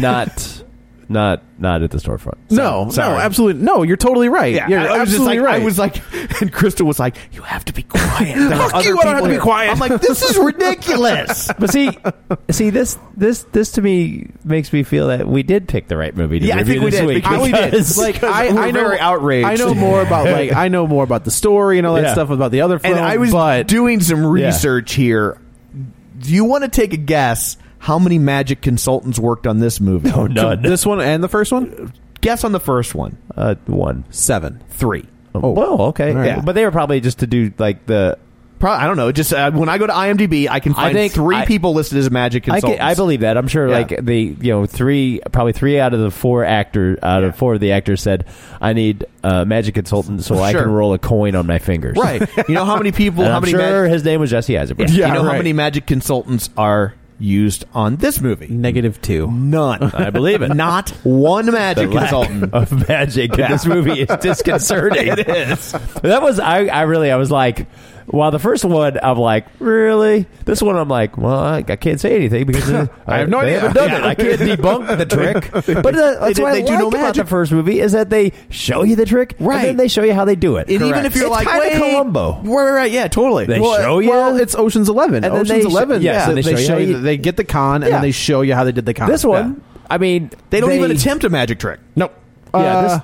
C: not not not at the storefront.
B: No, no, absolutely no. You're totally right.
D: Yeah,
B: you're
D: I, I was just
B: absolutely
D: like,
B: right.
D: I was like, (laughs) and Crystal was like, "You have to be quiet." There are
B: Fuck
D: other
B: you, I don't have
D: people
B: to be
D: here."
B: quiet.
D: I'm like, "This is
B: (laughs)
D: ridiculous."
C: But see, see this this this to me makes me feel that we did pick the right movie to
D: Yeah, I
C: review
D: think we
C: this
D: did,
C: week.
D: because-
B: I
C: because-
B: did. Like I,
D: we're
B: I know,
D: very outraged.
B: I know
D: (laughs)
B: more about like I know more about the story and all that
C: Yeah.
B: stuff about the other film.
D: and I was
B: but
D: doing some research here. Do you want to take a guess how many magic consultants worked on this movie? No,
C: none.
B: this one and the first one
D: Guess on the first one.
C: uh, one.
B: seven.
D: Three.
C: Oh, okay,
B: All right.
C: yeah. But they were probably just to do like the.
D: Pro- I don't know. Just uh, when I go to IMDb, I can
C: I
D: find
C: think
D: three
C: I-
D: people listed as magic
C: I,
D: consultants.
C: can, I believe that. I'm sure,
D: Yeah.
C: like the you know three, probably three out of the four actor out of four of the actors said, "I need a magic consultant so I
D: Sure.
C: can roll a coin on my fingers."
D: Right. (laughs) You know how many people?
C: And
D: how
C: I'm
D: many?
C: sure
D: mag-
C: his name was Jesse Eisenberg.
D: you
C: (laughs)
D: know how
B: right.
D: many magic consultants are used on this movie?
B: Negative two.
D: None. I
C: believe it.
D: (laughs) Not one magic
C: lack
D: consultant.
C: (laughs) of magic in this movie (laughs) is disconcerting. (laughs) it is. That was I. I really I was like, while the first one I'm like, really? This one I'm like, well, I, I can't say anything
D: (laughs)
C: because I,
B: have no
C: they
B: idea.
C: haven't done it. I can't debunk the trick. But uh, that's
D: They-
C: what
D: they
C: I
D: do
C: like
D: no
C: about
D: magic.
C: the first movie is that they show you the trick,
D: Right.
C: And then they show you how they do it.
D: And even if you're
C: it's
D: like,
C: kinda
D: wait,
C: Columbo.
D: Right, right, yeah, totally.
C: They
D: Well,
C: show you.
B: Well, it's Ocean's Eleven.
C: And then
B: Ocean's
C: they sh-
B: Eleven.
C: yeah,
B: yeah,
C: so
B: they, show, you. They get the con, and
C: Yeah.
B: then they show you how they did the con.
C: this one,
B: Yeah.
C: I mean,
D: They don't even attempt a magic trick.
B: Nope.
C: Yeah, this-
B: Uh,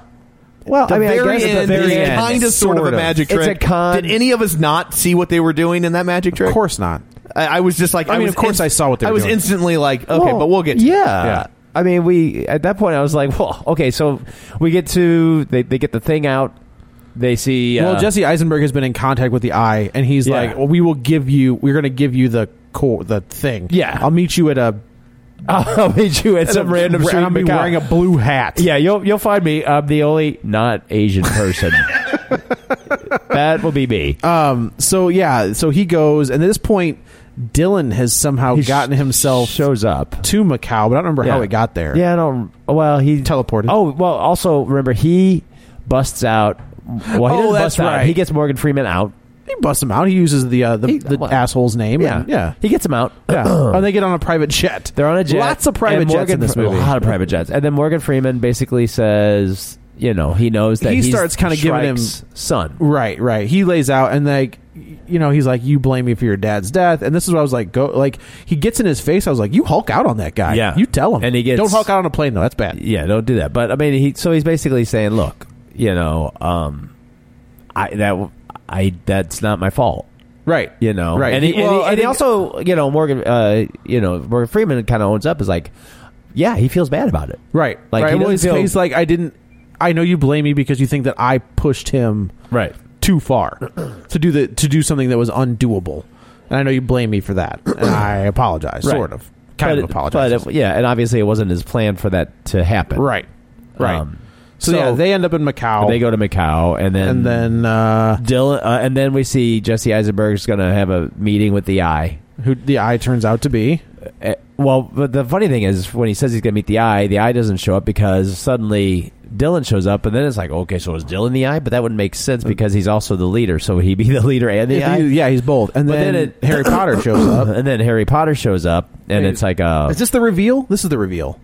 C: Well, I mean, I guess at the very
D: is
C: end,
D: kind of sort of a magic
C: It's
D: trick.
C: a con.
D: Did any of us not see what they were doing in that magic trick?
B: of course not.
D: I, I was just like, I,
B: I mean,
D: was
B: of
D: inst-
B: course I saw what they
D: I
B: were
D: was
B: doing.
D: instantly like, okay, but we'll get. To
C: yeah.
B: Yeah.
C: I mean, we at that point I was like, well, okay, so we get to they they get the thing out. They see uh,
B: Well, Jesse Eisenberg has been in contact with the Eye, and he's
C: Yeah.
B: like, well, "We will give you. We're going to give you the core, the thing.
C: Yeah.
B: I'll meet you at a
C: (laughs) I'll meet you at some random street.
B: And I'll be
C: in Macau.
B: wearing a blue hat.
C: (laughs) yeah, you'll you'll find me. I'm the only not
B: (laughs)
C: Asian person. that will be me.
B: Um. So yeah. So he goes, and at this point, Dylan has somehow
C: He sh-
B: gotten
C: (laughs)
B: himself
C: shows up.
B: to Macau, but I don't remember how
C: Yeah.
B: it got there.
C: Yeah, I don't. Well, he
B: Teleported.
C: Oh, well. Also, remember he busts out. Well, he
B: Oh,
C: doesn't
B: that's
C: bust out.
B: right.
C: He gets Morgan Freeman out.
B: He busts him out. He uses the uh, the,
C: He-
B: the
C: well,
B: asshole's name.
C: Yeah,
B: and- yeah.
C: He gets him out. (laughs)
B: Yeah.
C: (clears throat)
B: and they get on a private jet.
C: They're on a jet.
B: Lots of private
C: and
B: jets
C: Morgan
B: in this
C: Fre-
B: movie.
C: A lot of private jets. And then Morgan Freeman basically says, you know, he knows that
B: He
C: he's
B: starts kinda giving him-
C: Shrike's son.
B: Right, right. He lays out and like you know, he's like, You blame me for your dad's death and this is what I was like, go like he gets in his face, I was like, You hulk out on that guy.
C: Yeah.
B: You tell him.
C: And he gets-
B: Don't hulk out on a plane though, that's bad.
C: Yeah, don't do that. But I mean, he so he's basically saying, look, you know, um, I that I that's not my fault.
B: Right.
C: You know,
B: Right.
C: And he, and,
B: Well,
C: he,
B: I
C: and he
B: think-
C: also, you know, Morgan, uh, you know, Morgan Freeman kind of owns up. Is like, yeah, he feels bad about it.
B: Right.
C: Like,
B: Like right.
C: he
B: Well,
C: doesn't
B: he's,
C: feel-
B: he's like, I didn't I know you blame me because you think that I pushed him
C: Right.
B: too far to do the to do something that was undoable. And I know you blame me for that. And (clears throat) I apologize,
C: Right.
B: sort of. Kind
C: but,
B: of apologize.
C: But yeah, and obviously it wasn't his plan for that to happen.
B: right. Right.
C: Um,
B: so,
C: so-
B: yeah, they end up in Macau.
C: They go to Macau and then
B: and then uh
C: Dylan, uh, and then we see Jesse Eisenberg's going to have a meeting with the Eye.
B: who the eye turns out to be.
C: Uh, well, but the funny thing is, when he says he's going to meet the Eye, the Eye doesn't show up because suddenly Dylan shows up, and then it's like, okay, so is Dylan the Eye? But that wouldn't make sense because he's also the leader, so would he be (laughs) the leader and the
B: Yeah,
C: Eye?
B: Uh, he- yeah, he's bold. And
C: But
B: then,
C: then it-
B: Harry (coughs) Potter shows up.
C: and then Harry Potter shows up, and
B: Wait,
C: it's like uh,
B: Is this the reveal? This is the reveal.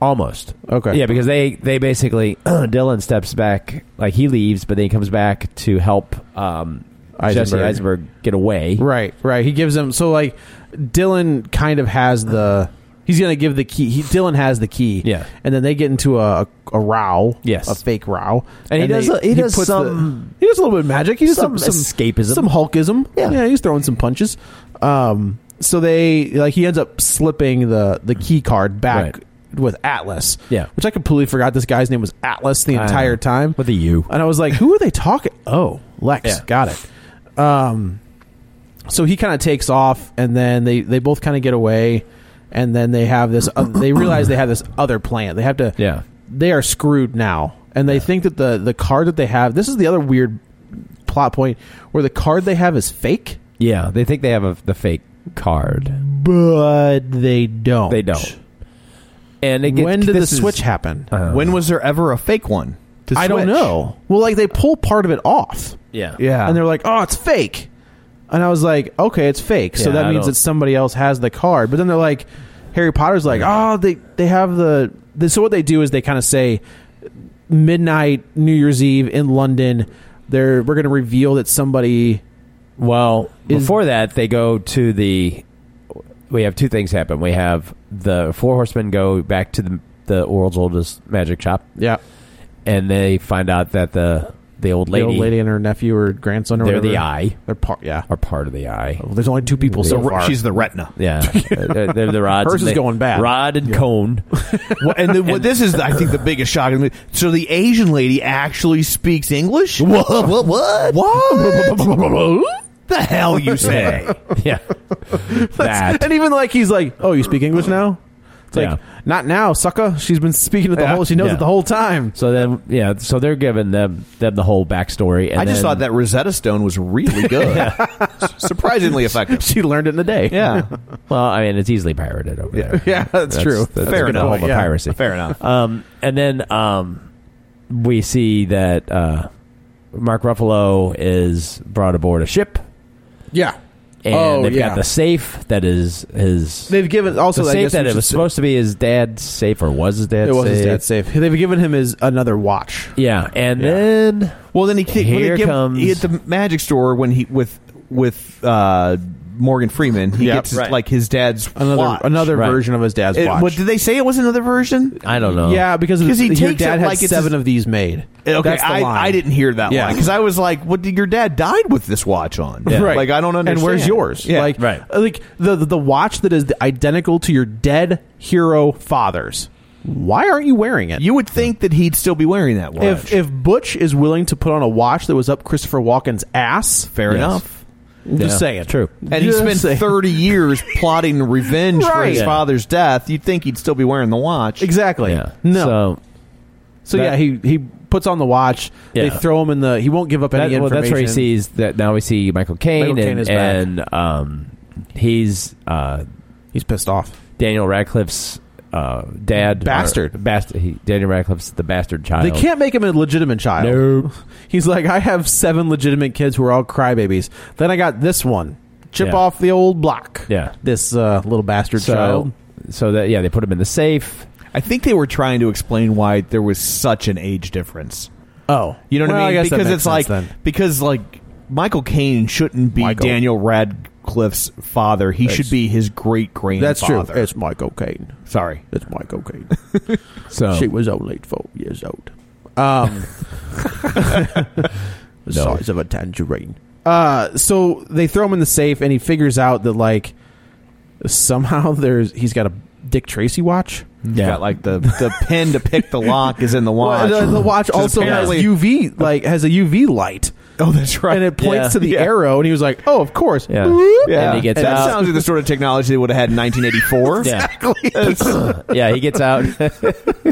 C: almost
B: Okay.
C: yeah, because they they basically (clears throat) Dylan steps back, like he leaves, but then he comes back to help um, Jesse
B: Eisenberg.
C: Eisenberg get away,
B: Right, right. He gives him so like Dylan kind of has the he's gonna give the key. He, Dylan has the key.
C: Yeah.
B: and then they get into a a row.
C: Yes.
B: a fake row.
C: And he does
B: they-
C: a- he does
B: puts the-
C: some-
B: he does a little bit of magic. He does some,
C: some
B: some
C: escapism.
B: some Hulkism.
C: Yeah.
B: yeah. He's throwing some punches. Um, so they like he ends up slipping the the key card back.
C: Right.
B: With Atlas,
C: Yeah.
B: which I completely forgot. This guy's name was Atlas the
C: Uh,
B: entire time
C: with a U.
B: and I was like, "Who are they talking?" Oh, Lex,
C: Yeah.
B: got it. Um, so he kind of takes off, and then they they both kind of get away, and then they have this. oth- they realize they have this other plan. They have to.
C: Yeah.
B: They are screwed now, and they think that the the card that they have. This is the other weird plot point where the card they have is fake,
C: Yeah, they think they have a, the fake card.
B: but they don't.
C: They don't. And it gets,
B: when did the
C: this is-
B: switch happen?
C: Uh,
D: when was there ever a fake one? to
B: I don't
D: switch?
B: know. Well, like they pull part of it off.
C: Yeah.
D: Yeah,
B: and they're like, "Oh, it's fake," and I was like, "Okay, it's fake." So
C: Yeah,
B: that
C: I
B: means
C: don't-
B: that somebody else has the card. But then they're like, Harry Potter's like, "Oh, they they have the." the so what they do is they kind of say, "Midnight, New Year's Eve in London." They're we're going to reveal that somebody.
C: Well,
B: Is-
C: before that, they go to the. We have two things happen. We have the four horsemen go back to the the world's oldest magic shop,
B: Yeah,
C: and they find out that the the old lady,
B: the old lady and her nephew or grandson or
C: they're the
B: whatever.
C: eye,
B: They're part. Yeah,
C: are part of the eye.
B: there's only two people so
C: The
B: far.
D: she's the
B: (laughs)
D: retina.
C: Yeah, they're, they're the rods.
B: Hers
C: and
B: is going bad.
C: Rod
B: (laughs)
C: and cone.
D: Well, and the, what this is, I think, the biggest shock. in the- So the Asian lady actually speaks
B: (laughs)
D: English. What? What? What?
C: (laughs)
D: the hell you say?
C: yeah,
B: (laughs)
C: that.
B: and even like he's like, "Oh, you speak English now?" It's like,
C: Yeah.
B: "Not now, sucker." She's been speaking it the
C: Yeah.
B: whole. She knows
C: Yeah.
B: it the whole time.
C: So then, yeah. So they're giving them them the whole backstory. And
D: I just
C: then-
D: thought that Rosetta Stone was really
B: (laughs)
D: good, surprisingly effective.
B: She learned it in a day. (laughs)
D: Yeah,
C: Well, I mean, it's easily pirated over there.
B: Yeah, that's, true.
C: That's
D: Fair
C: Fair enough.
D: enough.
C: Home of
B: Yeah.
C: piracy.
D: fair enough.
C: Um, and then um, we see that uh, Mark Ruffalo is brought aboard a ship,
B: Yeah.
C: and
B: Oh,
C: they've
B: yeah.
C: got the safe that is his.
B: They've given also
C: the
B: I
C: safe
B: guess
C: that
B: we
C: it
B: should
C: was
B: say-
C: supposed to be his dad's safe, or was his dad's
B: It was
C: safe?
B: his dad's safe. They've given him his another watch.
C: Yeah, and then
D: (laughs) Well, then he kicked, when
C: Here
D: they give-
C: comes-
D: he at the magic store when he with with uh, Morgan Freeman. He
B: Yep,
D: gets his,
C: right.
D: like his dad's
B: Another
D: watch.
B: another
C: Right.
B: version of his dad's
D: It-
B: watch.
D: what did they say? It was another version.
C: I don't know.
B: Yeah, because
D: 'Cause he
B: your
D: takes
B: dad
D: it
B: had
D: like it's
B: seven
D: his-
B: of these made.
D: Okay,
B: That's the
D: I,
B: line.
D: I didn't hear that
B: Yeah.
D: one because I was like, "What? Did, your dad died with this watch on?
B: Right.
D: Like I don't understand.
B: And where's yours?
D: Yeah.
B: Like, uh,
C: Right.
B: like the, the the watch that is identical to your dead hero father's. Why aren't you wearing it?
D: You would think that he'd still be wearing that watch.
B: if if Butch is willing to put on a watch that was up Christopher Walken's ass,
D: fair
C: Yes.
D: enough.
B: I'm
C: Yeah.
B: Just saying,
C: True.
D: And he
B: Just
D: spent
B: saying.
D: thirty years plotting revenge for
B: Right.
D: his
B: Yeah.
D: father's death. You'd think he'd still be wearing the watch.
B: exactly.
C: yeah.
B: No,
C: So
B: So
C: That-
B: yeah, he he puts on the watch. They
C: Yeah.
B: throw him in the. He won't give up any
C: that, well,
B: information.
C: that's where he sees that. Now we see Michael Caine,
B: Michael Caine
C: and,
B: is back.
C: and um, he's uh,
B: He's pissed off.
C: Daniel Radcliffe's uh, dad,
B: Bastard.
C: or- bastard. He, Daniel Radcliffe's the bastard child.
B: They can't make him a legitimate child.
C: Nope.
B: (laughs) He's like, I have seven legitimate kids who are all crybabies. Then I got this one, chip
C: Yeah.
B: off the old block.
C: Yeah.
B: this uh, little bastard
C: So,
B: child.
C: so that yeah, they put him in the safe.
D: I think they were trying to explain why there was such an age difference.
B: Oh,
D: You know what
B: Well,
D: I mean?
B: guess that
D: because
B: makes
D: it's
B: sense
D: like
B: then.
D: because like Michael Caine shouldn't be
B: Michael.
D: Daniel Radcliffe's father. He should be his great
B: that's
D: grandfather.
B: true. Uh, It's Michael Caine.
D: Sorry.
B: It's Michael (laughs) Caine.
C: So
B: She was only four years old. Um, (laughs) the size of a tangerine. Uh, so they throw him in the safe, and he figures out that like somehow there's he's got a Dick Tracy watch.
D: Yeah. Got like the the pin to pick the lock is in the watch.
B: (laughs) Well, the, the watch
D: 'Cause
B: also has
D: apparently-
B: UV like has a UV light,
D: Oh, that's right.
B: and it points
C: Yeah.
B: to the
D: Yeah.
B: arrow. And he was like, "Oh, of course."
C: Yeah.
B: Bloop.
C: Yeah. And he gets
D: that
C: out.
D: sounds like the sort of technology they would have had in
B: (laughs)
D: 1984.
C: Yeah.
D: exactly.
C: (laughs) yeah, he gets out. (laughs)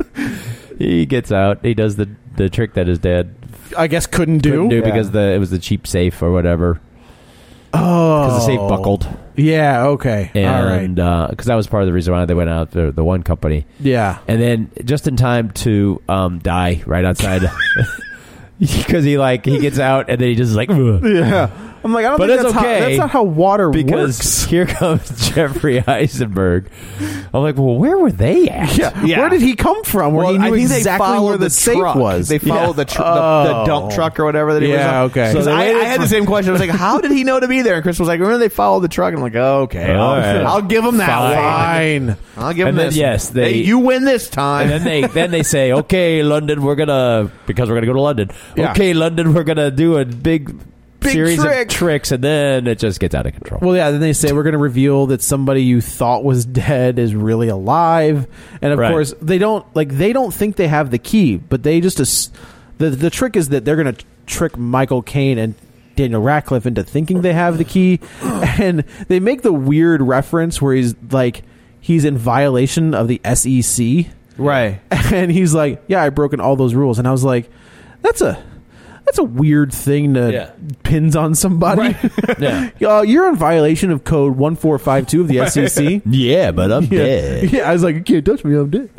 C: he gets out. He does the the trick that his dad
B: I guess couldn't do.
C: couldn't do
D: Yeah.
C: because the it was the cheap safe or whatever.
B: Oh,
C: Because the safe buckled,
B: Yeah. Okay. All right.
C: and because that was part of the reason why they went out the, the one company,
B: Yeah.
C: and then just in time to um, die right outside.
B: (laughs)
C: (laughs) Because he like he gets out and then he just is like "Ugh."
B: Yeah. I'm like, I don't
C: But
B: think
C: it's
B: that's
C: okay,
B: how that's not how water
C: because
B: works.
C: here comes (laughs) Jeffrey Eisenberg. I'm like, well, where were they
B: (laughs)
C: at?
B: Yeah.
D: Yeah.
B: Where did he come from? Where
D: Well,
B: he knew
D: I think
B: exactly
D: they follow
B: where the, safe
D: truck.
B: was. Oh.
D: They follow the, tr- the the dump truck or whatever that he
B: Yeah,
D: was on.
B: okay.
D: So
B: So they
D: I, I
B: waited
D: had
B: for-
D: the same question. I was like, "How did he know to be there?" And Chris was like, "Remember they followed the truck?" And I'm like, "Okay, I'll,
C: All right.
D: I'll give him that one.
B: Fine.
D: I'll give him
C: And then,
D: this.
C: yes, they-
D: Hey, you win this
C: And
D: time."
C: then they then they say, okay, London, we're gonna because we're gonna go to London.
B: Yeah.
C: Okay, London, we're gonna do a big,
D: Big
C: series
D: trick.
C: of tricks, and then it just gets out of control.
B: Well, yeah. Then they say we're going to reveal that somebody you thought was dead is really alive, and of
C: Right.
B: course they don't like they don't think they have the key, but they just ass- the the trick is that they're going to trick Michael Caine and Daniel Radcliffe
C: (clears throat)
B: into thinking they have the key, and they make the weird reference where he's like he's in violation of the SEC.
D: Right.
B: (laughs) and he's like, "Yeah, I've broken all those rules." And I was like, "That's a that's a weird thing to
C: Yeah.
B: pins on somebody. (laughs)
C: Yeah.
B: uh, you're in violation of code one four five two (laughs) of the SEC."
F: Yeah, but I'm
B: yeah.
F: dead.
B: (laughs) Yeah, I was like, "You can't touch me. I'm dead."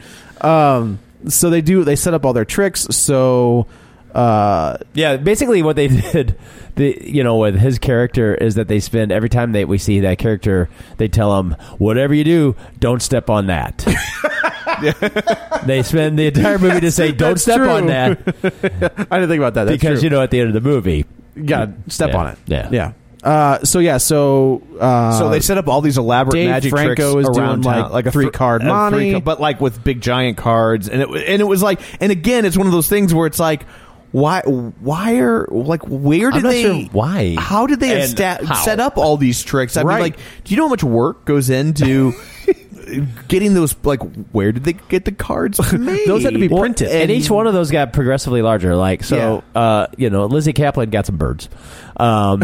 B: Um, so they do. They set up all their tricks. So uh,
C: Yeah, basically what they (laughs) did, the you know, with his character is that they spend every time that we see that character, they tell him whatever you do, don't step on that. they spend the entire movie to say don't step on
B: true.
C: that
B: I didn't think about that. That's
C: because
B: true.
C: you know at the end of the movie,
B: gotta step
C: Yeah.
B: on it.
C: Yeah.
B: yeah. Uh, so yeah, so uh,
D: So they set up all these elaborate
B: Dave
D: magic
B: Franco
D: tricks
B: is doing,
D: around
B: like,
D: town, like a
B: three
D: thr-
B: card
D: a three
B: money.
D: ca- but like with big giant cards, and it w- and it was like, and again, it's one of those things where it's like, why, why are like where did
F: not
D: they
F: sure why
D: How did they
F: and
D: esta-
F: how.
D: set up all these tricks? I
B: Right.
D: mean, like, do you know how much work goes
B: (laughs)
D: into? Getting those, like, where did they get the
B: (laughs)
D: cards? Made?
B: Those had to be
C: Well,
B: printed.
C: and, each one of those got progressively larger. Like so, uh, you know, Lizzie Kaplan got some birds. Um,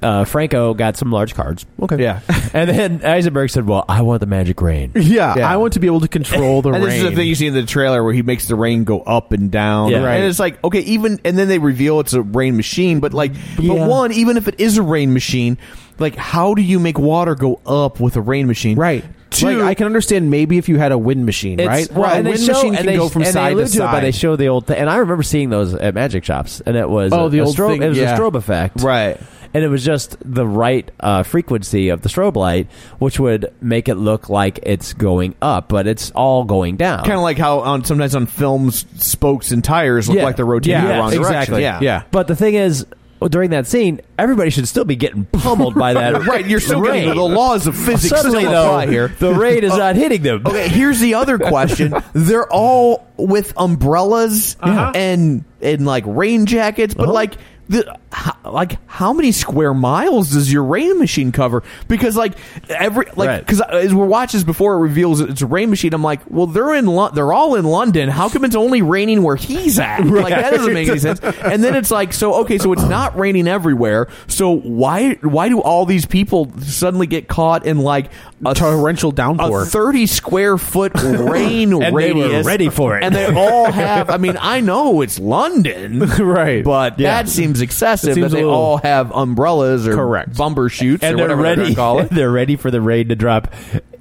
C: uh, Franco got some large cards. Okay,
D: Yeah. (laughs)
C: and then Eisenberg said, "Well, I want the magic rain."
B: (laughs) yeah,
D: Yeah.
B: I want to be able to (laughs) control the
D: And
B: rain.
D: this is the thing you see in the trailer where he makes the rain go up and down.
C: Yeah. Right.
D: And it's like, okay, even and then they reveal it's a rain machine, but like
C: Yeah.
D: but one, even if it is a rain machine, like how do you make water go up with a rain machine?
B: Right.
D: Two
B: Like, I can understand maybe if you had a wind machine, right?
C: Well,
B: a
C: and they
B: wind
C: show,
B: machine
C: and
B: can
C: they,
B: go from
C: and they
B: side to
C: allude to it, but
B: side.
C: they show the old thing, and I remember seeing those at magic shops, and it was
B: Oh,
C: a,
B: the
C: a
B: old
C: strobe.
B: thing,
C: it was
B: yeah.
C: a strobe effect,
D: Right.
C: And it was just the right uh, frequency of the strobe light, which would make it look like it's going up, but it's all going down.
D: Kind of like how on sometimes on films spokes and tires look
C: Yeah.
D: like they're rotating
C: Yeah,
D: the wrong
C: exactly.
D: direction.
B: Yeah.
C: But the thing is, well, during that scene, everybody should still be getting pummeled
B: (laughs)
C: by that.
D: Right, you're still
C: rain.
D: getting the laws of physics
C: Suddenly,
D: still
C: though,
D: apply here.
C: the rain is not
B: (laughs)
C: hitting them.
D: Okay, here's the other question. They're all with umbrellas and and like rain jackets, but like the how, like how many square miles does your rain machine cover? Because like every like
C: Right.
D: because as we're watching this before it reveals it's a rain machine, I'm like, well they're in Lon- they're all in London. How come it's only raining where he's at? Like that doesn't make any sense. And then it's like so okay, so it's not raining everywhere. So why why do all these people suddenly get caught in like a
B: torrential downpour.
D: a 30 square foot rain
C: (laughs) And they were
D: radius.
C: ready for it.
D: And they all have, I mean, I know it's
C: (laughs)
D: London.
B: (laughs) Right.
D: But
B: Yeah.
D: that seems excessive
B: seems
D: that
B: a
D: they
B: little-
D: all have umbrellas or
B: Correct.
D: bumper shoots
C: and
D: or
C: they're
D: whatever they're gonna
C: ready. (laughs)
D: call it.
C: They're ready for the rain to drop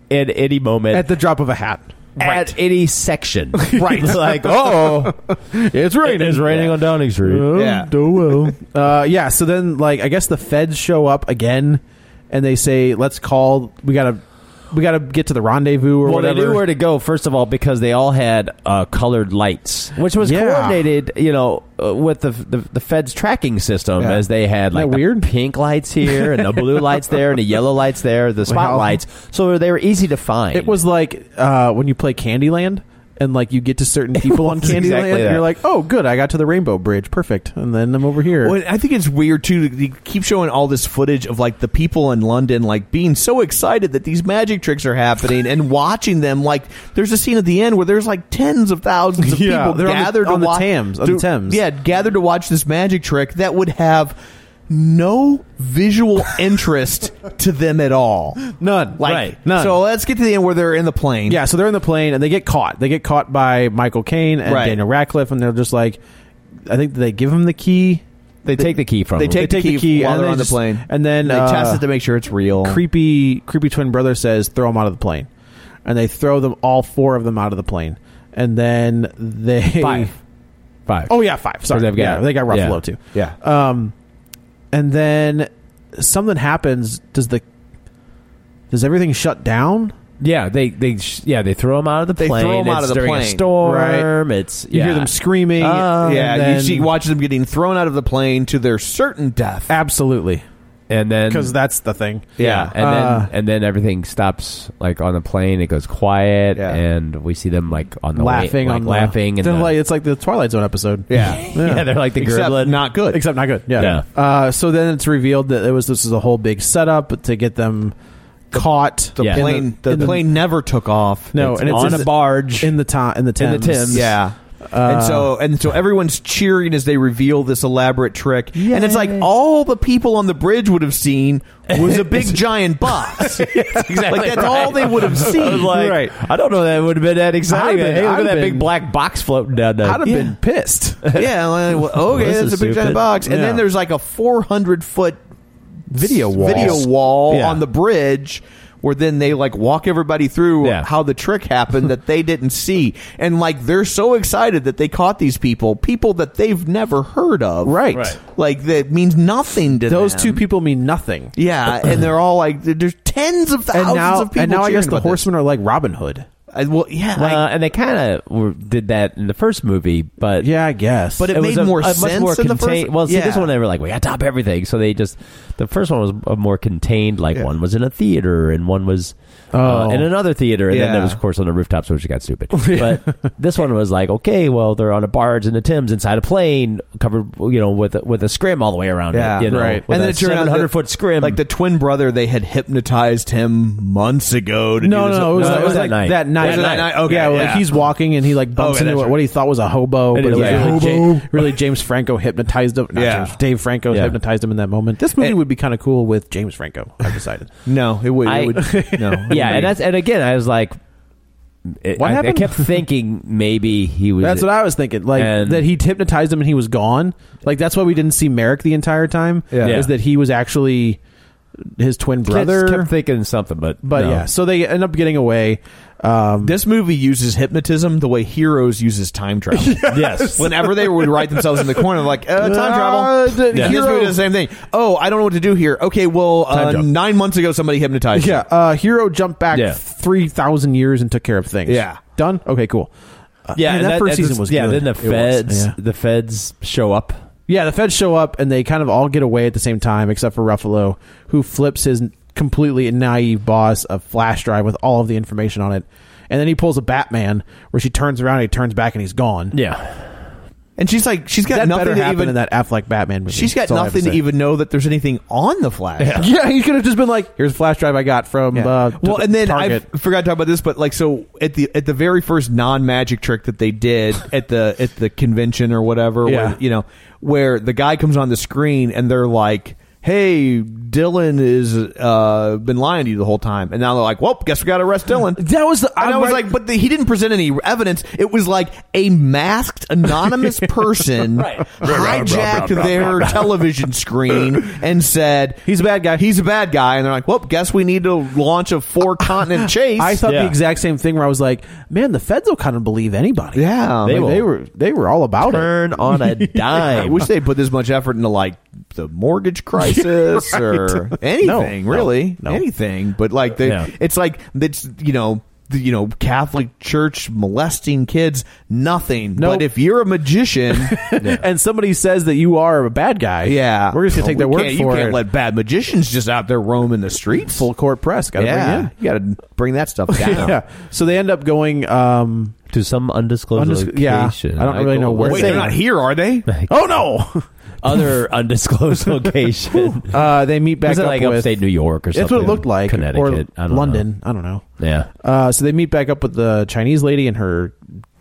C: at any moment
B: at the drop of a hat.
C: at
B: (laughs)
C: any section. Right, (laughs) like oh,
B: It's raining.
C: it's raining on Downing Street.
D: Yeah.
B: do well. uh, yeah. So then, like, I guess the feds show up again, and they say, "Let's call. We gotta, we gotta get to the rendezvous or
C: Well,
B: whatever."
C: they knew where to go first of all because they all had uh, colored lights, which was
B: Yeah.
C: coordinated, you know, uh, with the, the the Fed's tracking system
B: Yeah.
C: as they had
B: Isn't that
C: like the
B: weird?
C: pink lights here and the
B: (laughs)
C: blue lights there and the yellow lights there, the spotlights, so they were easy to find.
B: it was like uh, when you play Candyland. And like you get to
C: (laughs)
B: certain people on
C: was
B: Candyland,
C: exactly
B: and
C: that.
B: you're like, "Oh, good, I got to the Rainbow Bridge, perfect." And then I'm over here.
D: Well, I think it's weird too. They keep showing all this footage of like the people in London like being so excited that these magic tricks are happening and watching them. Like, there's a scene at the end where there's like tens of (laughs) thousands of
B: Yeah,
D: people
B: they're on the-
D: gathered
B: on
D: to
B: the
D: watch
B: Thames, on the Thames.
D: Yeah, gathered to watch this magic trick that would have no visual interest to them at all.
B: None.
D: Like,
B: Right. None.
D: So let's get to the end where they're in the plane.
B: Yeah, so they're in the plane and they get caught. They get caught by Michael Caine and
D: Right.
B: Daniel Radcliffe, and they're just like, I think they give him the key.
C: they, take the key from
D: they
C: them.
D: take, the, key while
B: and
D: they're
B: they
D: on
B: just-
D: the plane,
B: and then
D: they
B: uh,
D: test it to make sure it's real.
B: (clears throat) creepy, creepy twin brother says, "Throw him out of the plane," and they throw them all four of them out of the plane, and then
D: (laughs)
B: they
C: Five. five.
B: Oh yeah, five. Sorry,
C: they've got-
B: yeah, they got
C: yeah.
B: Ruffalo too.
D: Yeah.
B: Um, and then something happens. Does the does everything shut down?
C: Yeah, they they sh- yeah they throw him out of the
D: They
C: plane.
D: throw 'em out of
C: It's
D: the
C: during a
D: plane.
C: storm. It's
B: You
C: yeah.
B: hear them screaming.
C: Oh.
B: and
D: Uh, yeah, you
B: then-
D: see, watch them getting thrown out of the plane to their certain death.
B: Absolutely,
C: and then
D: Mm.
B: because that's the thing.
C: yeah, and
B: Uh,
C: then and then everything stops like on the plane. It goes quiet,
D: Yeah.
C: and we see them like on the way-
B: laughing
C: like,
B: on the-
C: laughing, and
B: They're
C: the-
B: like it's like the Twilight Zone episode.
C: (laughs) yeah. they're like the
D: Except
C: gremlin.
D: not good.
B: except not good. Yeah.
C: Yeah.
B: Uh, so then it's revealed that it was this is a whole big setup to get them caught.
D: the
C: Yeah.
B: in
D: plane. The,
B: in
D: plane never took off.
B: no,
C: It's
B: and it's
C: on
B: in
C: a
B: the-
C: barge
B: in the Ti- in the Thames.
C: Thames.
D: Yeah. and so and so everyone's cheering as they reveal this elaborate trick, and it's like all the people on the bridge would have seen was a big giant box.
C: exactly
D: like that's all they would have seen.
C: Like,
B: Right.
C: I don't know that it would have been that exciting.
B: I'd have been-
C: hey, look
B: I'd
C: at that
B: have
C: big
B: been-
C: black box floating down there.
B: I'd have been pissed.
D: (laughs) yeah, like, well, okay,
C: This
D: that's a big
C: is
D: giant
C: stupid.
D: box, and
B: Yeah.
D: then there's like a 400 foot
C: video wall.
D: video wall
C: Yeah.
D: on the bridge where then they like walk everybody through
C: Yeah.
D: how the trick happened that they
B: (laughs)
D: didn't see and like they're so excited that they caught these people people that they've never heard of
B: Right. Right.
D: like that means nothing to
B: Those
D: them.
B: two people mean nothing.
D: yeah and they're all like there- there's tens of thousands
B: And now,
D: of people
B: and now I
D: cheering
B: guess the
D: about this.
B: horsemen are like Robin Hood.
D: I- well yeah I-
C: Well, Uh, and they kind of did that in the first movie, but
B: Yeah, I guess.
D: But it made
C: was a,
D: more
C: a much
D: sense
C: more
D: in the first-
C: contain- Well, see, this
D: yeah.
C: one they were like, we got to top everything. So they just the first one was a more contained. Like one was in a theater, and one was uh,
B: Oh.
C: in another theater, and then
D: Yeah.
C: there was of course on the rooftops, which got
D: (laughs)
C: stupid. But this one was like, okay, well they're on a barge in the Thames inside a plane covered, you know, with a, with a scrim all the way around
D: yeah,
C: it. you know,
B: right.
C: With
D: and then
C: a
D: it turned out
C: seven
D: that-
C: hundred foot scrim,
D: Like the twin brother, they had hypnotized him months ago. To
B: no,
D: do
B: no,
D: this-
B: no, it was,
C: No,
B: like,
C: it
B: it was
C: that
B: like
C: night.
B: that night.
D: Was it that night? Okay,
B: yeah,
D: yeah.
B: like he's walking and he like bumps
D: Okay,
B: into
D: that's
B: what he thought was a hobo, but it
C: is
B: was
C: like
B: really,
C: hobo.
B: Ja- really James Franco hypnotized him. Not
D: Yeah.
B: James, Dave Franco
C: Yeah.
B: hypnotized him in that moment. This movie
D: It-
B: would be kind of cool with James Franco. I've decided.
D: no, it would. It
C: I- (laughs)
B: (laughs)
D: would (laughs) no,
C: yeah, and that's and again, I was like, it,
B: What
C: I,
B: happened?
C: I kept thinking maybe he was.
B: That's what I was thinking. Like
C: And-
B: that he hypnotized him and he was gone. Like that's why we didn't see Merrick the entire time.
C: Yeah.
B: Is that he was actually his twin
C: kept-
B: brother?
C: kept thinking something, but
B: but
C: no.
B: yeah, so they end up getting away. Um,
D: This movie uses hypnotism the way Heroes uses time (laughs) travel.
C: Yes.
D: Whenever they would write themselves in the corner, like uh, time travel.
B: Uh, the-
D: And This movie does the same thing. Oh, I don't know what to do here. Okay, well, uh,
B: jump.
D: nine months ago, somebody hypnotized. you.
B: yeah, uh, hero jumped back
C: Yeah.
B: three thousand years and took care of things.
D: Yeah.
B: done. Okay, cool. Uh,
C: yeah,
B: man,
C: and
B: that, first
C: and
B: season
C: this-
B: was
C: yeah.
B: good.
C: Then the
B: It was,
C: feds,
B: yeah.
C: the feds show up.
B: Yeah, the feds show up and they kind of all get away at the same time, except for Ruffalo, who flips his completely naive boss a flash drive with all of the information on it. And then he pulls a Batman where she turns around, and he turns back, and he's gone.
C: Yeah,
D: and she's like, she's got
B: that better
D: nothing to
B: happen
D: even.
B: in that Affleck Batman movie.
D: she's got
B: That's all I have
D: nothing to
B: say.
D: even know that there's anything on the Flash. (laughs)
B: (laughs) Yeah, he could have just been like, "Here's a flash drive I got from uh,
D: well, and then
B: Target."
D: I forgot to talk about this, but like, so at the at the very first non magic trick that they
B: (laughs)
D: did at the at the convention or whatever,
B: Yeah.
D: where, you know, where the guy comes on the screen and they're like, "Hey, Dylan is uh been lying to you the whole time," and now they're like, "Well, guess we got to arrest Dylan."
B: That was the-
D: and
B: I'm
D: I was
B: right-
D: like, but the, he didn't present any evidence. It was like a masked
B: (laughs)
D: anonymous person hijacked their
B: (laughs)
D: television screen and said,
B: He's a bad guy.
D: He's a bad guy, and they're like, "Well, guess we need to launch a four
B: (laughs)
D: continent chase."
B: I thought
C: Yeah.
B: the exact same thing where I was like, "Man, the feds will kind of believe anybody."
D: yeah,
B: they,
D: like,
B: they were they were all about
D: turn
B: it.
D: on (laughs) a dime. I wish they put this much effort into like the mortgage
B: (laughs)
D: crisis or anything,
B: No,
D: really,
B: no, no.
D: anything. But like, they,
C: Yeah.
D: it's like it's you know. The, you know, Catholic Church molesting kids, nothing.
B: Nope.
D: But if you're a
B: (laughs)
D: magician,
B: and somebody says that you are a bad guy.
D: yeah,
B: we're just gonna take
D: No,
B: their
D: we
B: word
D: can't-
B: for
D: You can't
B: it.
D: let bad magicians just out there roaming the streets.
B: Full court press. Got to
D: yeah, you got to bring that stuff
B: bring in.
D: down.
B: (laughs) yeah. So they end up going. Um,
C: to some undisclosed
B: Undisc- yeah.
C: location.
B: I don't really know where
D: Wait,
B: They're
D: they're not here, are they?
B: (laughs) oh no!
C: Other undisclosed location.
B: Uh, they meet back
C: Was it
B: up
C: like
B: with.
C: upstate New York or something?
B: that's what it looked like.
C: Connecticut,
B: or
C: I don't
B: London. I don't know.
C: Know. Yeah,
B: Uh, so they meet back up with the Chinese lady and her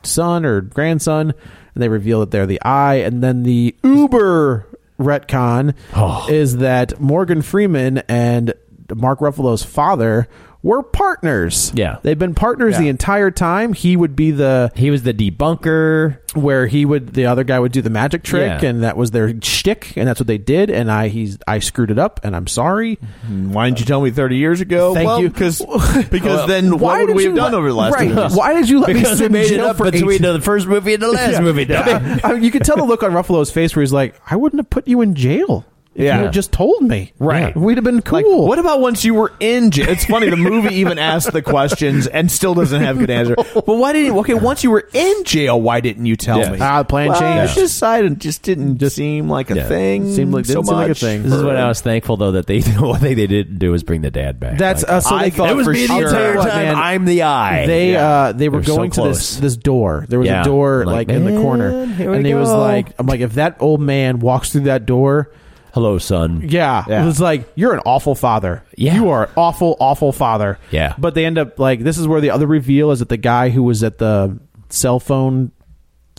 B: son or grandson, and they reveal that they're the Eye. And then the Uber retcon
C: Oh.
B: is that Morgan Freeman and Mark Ruffalo's father were partners.
C: Yeah.
B: they've been partners the entire time. He would be the
C: he was the debunker.
B: where he would the other guy would do the magic trick,
C: Yeah.
B: and that was their shtick, and that's what they did. And I he's I screwed it up, and I'm sorry.
D: Mm-hmm. Why didn't you tell me 30 years ago?
B: Thank
D: Well,
B: you. (laughs)
D: Because because then
B: Why
D: what would
B: did
D: we
B: you
D: have done
B: let-
D: over the last
B: right,
D: 30 years?
B: Why did you let me
C: Because
B: sit
C: they
B: in
C: made it
B: jail
C: up
B: for
C: between
B: 18
C: the first movie and the last movie.
B: I mean, (laughs) I mean, you could tell the look on Ruffalo's face where he's like, "I wouldn't have put you in jail if
D: Yeah.
B: you had just told me.
D: Right.
B: We'd have been cool."
D: Like, what about once you were in jail? It's funny the movie even asked the questions and still doesn't have a good
B: (laughs)
D: answer. But why didn't okay? Once you were in jail, why didn't you tell
C: Yeah.
D: me?
B: Ah, the plan
D: well,
B: changed.
D: It just decided- just didn't seem like a
C: Yeah.
D: thing.
B: Seemed like-
D: so
B: didn't seem like a
D: much
B: thing.
C: This is
D: for-
C: what I was thankful though that they (laughs) the one thing they didn't do is bring the dad back.
B: That's
C: like,
B: uh, so
D: I
B: they
D: thought
B: got-
D: It was for me the sure. entire
C: time, I'm the eye.
B: They
C: Yeah.
B: uh, they were
C: They were so
B: going to this
C: close.
B: this door. There was
C: Yeah.
B: a door
C: I'm
B: like,
C: like,
B: in the
C: "Man,
B: corner,
C: here we
B: and he was
C: go."
B: like, "I'm like, if that old man walks through that door."
C: hello, son.
B: Yeah,
D: Yeah.
B: it was like you're an awful father.
C: Yeah.
B: you are an awful, awful father.
C: Yeah.
B: but they end up like this is where the other reveal is that the guy who was at the cell phone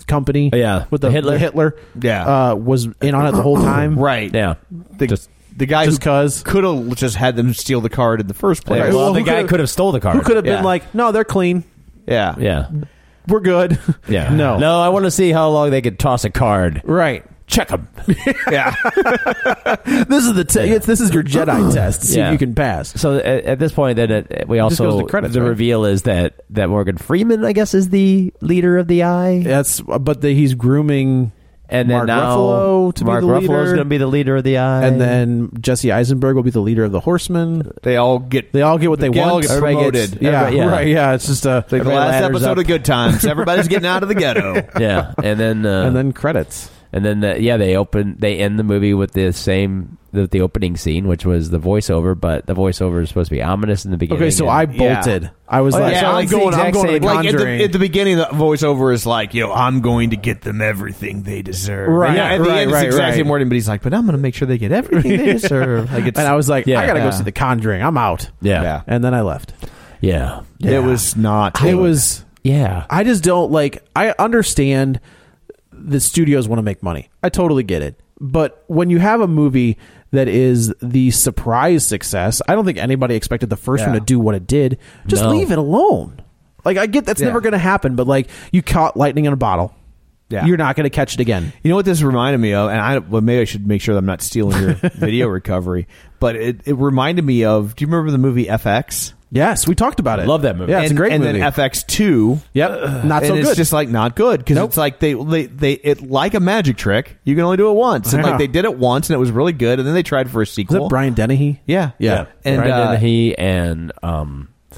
B: company.
C: Yeah.
B: with Oh, the
C: The
B: Hitler.
C: Hitler.
B: The Hitler
D: Yeah.
B: uh, was in on it the whole (coughs) time.
D: Right.
C: Yeah.
D: The,
C: Just-
D: the guy
B: just
D: who
B: 'cause.
D: could have just had them steal the card in the first place.
C: well,
B: who
C: the guy
B: could've-
C: could have stole the card.
B: Who could have
D: Yeah.
B: been like, no, they're clean.
D: Yeah.
C: Yeah.
B: We're (laughs) good.
C: Yeah.
B: no.
C: No, I want to see how long they could toss a card.
B: Right.
C: Check them.
D: Yeah.
B: (coughs) This is the te- it's, this is your (coughs) Jedi test. See
C: Yeah.
B: if you can pass.
C: So at, at this point, then it, we
B: Just goes
C: also
B: to credits,
C: the
B: right?
C: reveal is that that Morgan Freeman, I guess, is the leader of the Eye,
B: That's but the, he's grooming,
C: and then
B: Mark
C: now
B: Ruffalo to be
C: Mark
B: the
C: Ruffalo's
B: leader.
C: going to be the leader of the Eye,
B: and then Jesse Eisenberg will be the leader of the Horsemen.
D: (laughs) They all get.
B: They all get what they
D: They all
B: want.
D: get
C: Everybody gets-
D: promoted.
B: yeah,
C: everybody- yeah.
B: right. Yeah, it's just uh, a
D: Like the
C: Everybody
D: last
C: ladders
D: episode
C: up.
D: of Good Times. Everybody's getting out of the
B: (laughs)
D: ghetto.
C: (laughs) yeah, and then uh,
B: and then credits.
C: And then, uh, yeah, they open, they end the movie with the same, the, the opening scene, which was the voiceover, but the voiceover is supposed to be ominous in the beginning.
B: Okay, so
C: and-
B: I bolted. I was
C: Oh,
B: like,
C: yeah,
B: so I'm
C: it's the
B: going. I'm
C: exact
B: going to
C: same-
B: the
D: Like at
B: Conjuring.
D: the, at the beginning, the voiceover is like, "Yo, I'm going to get them everything they deserve."
B: Right,
D: And yeah, at the
B: right,
D: end, it's
B: right,
D: the exact
B: right.
D: same wording, but he's like, "But I'm going to make sure they get everything
B: (laughs)
D: they deserve." Like it's,
B: and I was like,
C: Yeah.
B: I gotta
C: Yeah.
B: go see the Conjuring. I'm out.
C: Yeah.
D: Yeah.
C: Yeah.
B: And then I left.
C: Yeah.
B: Yeah.
D: it was not.
B: It was. I just don't like. I understand the studios want to make money. I totally get it. But when you have a movie that is the surprise success, I don't think anybody expected the first one to do what it did. Just
C: No.
B: leave it alone. Like I get that's
D: Yeah.
B: never going to happen, but like you caught lightning in a bottle.
D: Yeah.
B: You're not going to catch it again.
D: You know what this reminded me of, and I well maybe I should make sure that I'm not stealing
B: (laughs)
D: your video recovery, but it, it reminded me of. Do you remember the movie FX?
B: Yes, we talked about it.
C: Love that movie.
B: Yeah, it's
D: and,
B: a great
D: and
B: movie.
D: then FX two.
B: yep, not
D: and
B: so
D: it's
B: good.
D: just like not good because
B: Nope.
D: it's like they, they they it like a magic trick. You can only do it once, and
B: Yeah.
D: like they did it once, and it was really good, and then they tried for a
B: Is
D: sequel.
B: that Brian Dennehy?
D: Yeah,
B: Yeah.
D: and
C: Brian
D: uh,
C: Dennehy and, um, uh,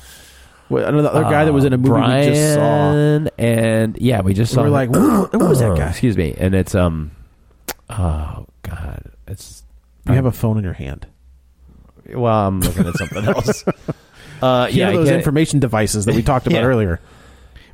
B: Well, another other guy that was in a movie
C: Brian
B: we just saw.
C: and yeah, we just saw. Uh,
B: We're like, what, what was that guy?
C: Excuse me. And it's um, oh god, it's
B: You have a phone in your hand.
C: well, I'm looking at
B: (laughs)
C: something else. Uh,
B: You
C: yeah,
B: know
C: I
B: those
C: can't-
B: information devices
C: (laughs)
B: that we talked about
C: Yeah.
B: earlier.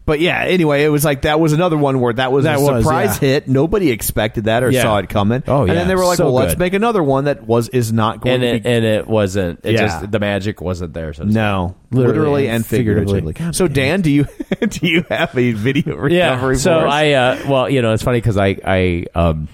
D: But yeah, anyway, it was like that was another one where that was
B: That
D: a
B: was,
D: surprise
B: yeah.
D: hit. Nobody expected that or
B: Yeah.
D: saw it coming.
C: Oh,
D: and
C: yeah,
D: then they were like,
C: so
D: "Well, let's
C: good.
D: make another one that was is not going
C: and
D: to
C: it
D: be."
C: and it wasn't. It
D: Yeah.
C: just the magic wasn't there. So to speak.
D: no,
B: Literally
D: literally,
B: and
D: and
B: figuratively.
D: figuratively. So, Dan, do you (laughs) do you have a video recovery?
C: yeah. So
D: for us?
C: I, uh, well, you know, it's funny because I, I, um,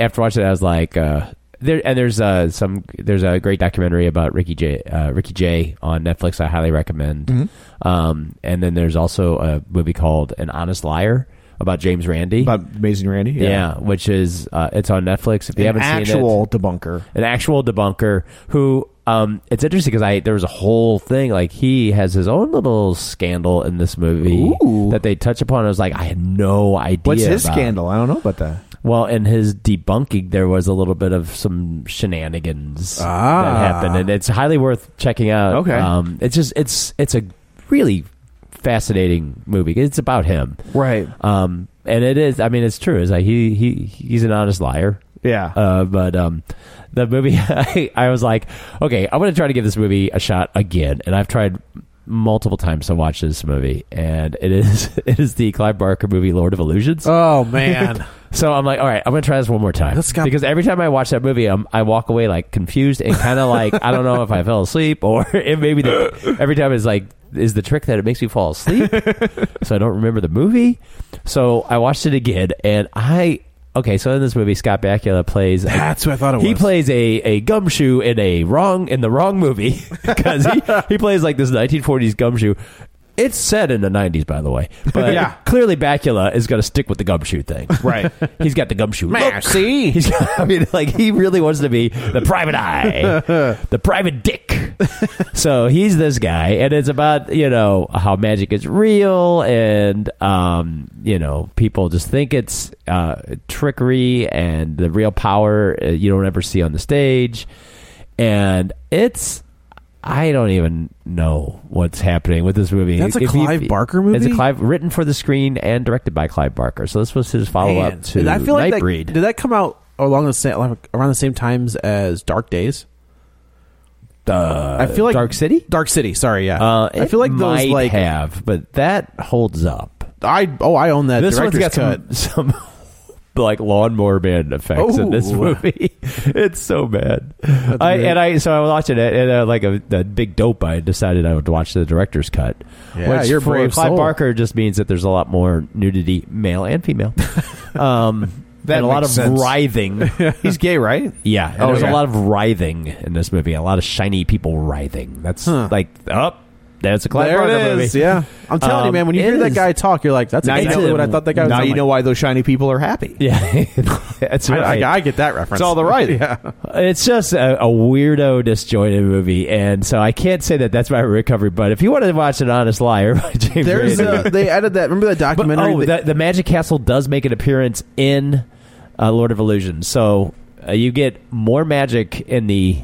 C: after watching it, I was like, uh, there, and there's uh, some, there's a great documentary about Ricky J, uh, Ricky J on Netflix. I highly recommend.
D: Mm-hmm.
C: Um, and then there's also a movie called An Honest Liar about James Randy.
D: about Amazing Randy,
C: yeah. which is uh, it's on Netflix. If you
D: An
C: haven't seen it,
D: actual debunker.
C: an actual debunker who um it's interesting because i there was a whole thing like he has his own little scandal in this movie
D: Ooh.
C: that they touch upon i was like i had no idea
D: What's his
C: about.
D: scandal? I don't know about that.
C: well in his debunking there was a little bit of some shenanigans that happened and it's highly worth checking out
D: Ah. Okay.
C: um it's just it's it's a really fascinating movie it's about him
D: Right.
C: um and it is i mean it's true it's like he he he's an honest liar
D: Yeah.
C: uh, but um, the movie, (laughs) I, I was like, okay, I'm going to try to give this movie a shot again. And I've tried multiple times to watch this movie, and it is (laughs) it is the Clive Barker movie, Lord of Illusions.
B: Oh man,
C: so I'm like, all right, I'm going to try this one more time.
B: That's got-
C: because every time I watch that movie, um, i I walk away like confused and kind of like I don't know if I fell asleep or (laughs) it maybe the, every time it's like. Is the trick that it makes me fall asleep, so I don't remember the movie. So I watched it again, and I okay. So in this movie, Scott Bakula plays a
B: (laughs) that's what I thought it was.
C: he plays a, a gumshoe in a wrong in the wrong movie (laughs) because he, he plays like this 1940s gumshoe. It's set in the 90s, by the way, but
B: Yeah.
C: clearly Bakula is going to stick with the gumshoe thing.
D: Right.
C: (laughs) He's got the gumshoe. Look,
B: see.
C: (laughs) he's got, I mean, like he really wants to be the
B: (laughs)
C: private eye, the private dick. so he's this guy, and it's about you know how magic is real, and um, you know people just think it's uh, trickery, and the real power uh, you don't ever see on the stage, and it's. I don't even know what's happening with this movie.
B: That's a
C: If you-
B: Clive Barker movie?
C: It's a Clive written for the screen and directed by Clive Barker. So this was his follow
B: Man.
C: up to
B: And I feel like that-
C: Nightbreed.
B: did that come out along the same like, around the same times as Dark Days? I feel like
C: Dark City?
B: Dark City. Sorry, yeah.
C: Uh,
B: I feel like
C: it
B: those
C: might
B: like
C: have, but that holds up.
B: I oh I own that
C: This one's
B: director's
C: got
B: cut.
C: (laughs) some, some like lawnmower man effects in this
B: Oh.
C: movie. (laughs) it's so bad. I,
B: great.
C: and I so I was watching it and uh, like a, a big dope. I decided I would watch the director's cut.
B: Yeah,
C: which
B: you're a
C: for
B: brave
C: Clive
B: soul.
C: Barker just means that there's a lot more nudity, male and female. um, and a lot of
F: makes sense.
C: writhing.
D: He's gay, right?
C: Yeah, and there's
D: yeah.
C: a lot of writhing in this movie. A lot of shiny people writhing. That's like up. that's a Clive
B: There
C: Barker
B: it is.
C: movie.
B: Yeah, I'm telling you,
C: Um,
B: man. When you
C: it
B: hear that
C: is.
B: guy talk, you're like, "That's
C: Now you
B: exactly
C: know-
B: what I thought that guy was."
D: Now
B: I'm
D: you
B: like,
D: know why those shiny people are happy.
C: (laughs) Yeah, that's right.
B: I, I, I get that
D: It's
B: reference.
D: all the (laughs) right.
B: (laughs)
C: It's just a, a weirdo, disjointed movie, and so I can't say that that's my recovery. But if you want to watch an honest liar by (laughs) James,
B: There's
C: Rader-
B: a, they added that. Remember that
C: but,
B: documentary?
C: oh,
B: that-
C: the, the Magic Castle does make an appearance in uh, Lord of Illusion, so uh, you get more magic in the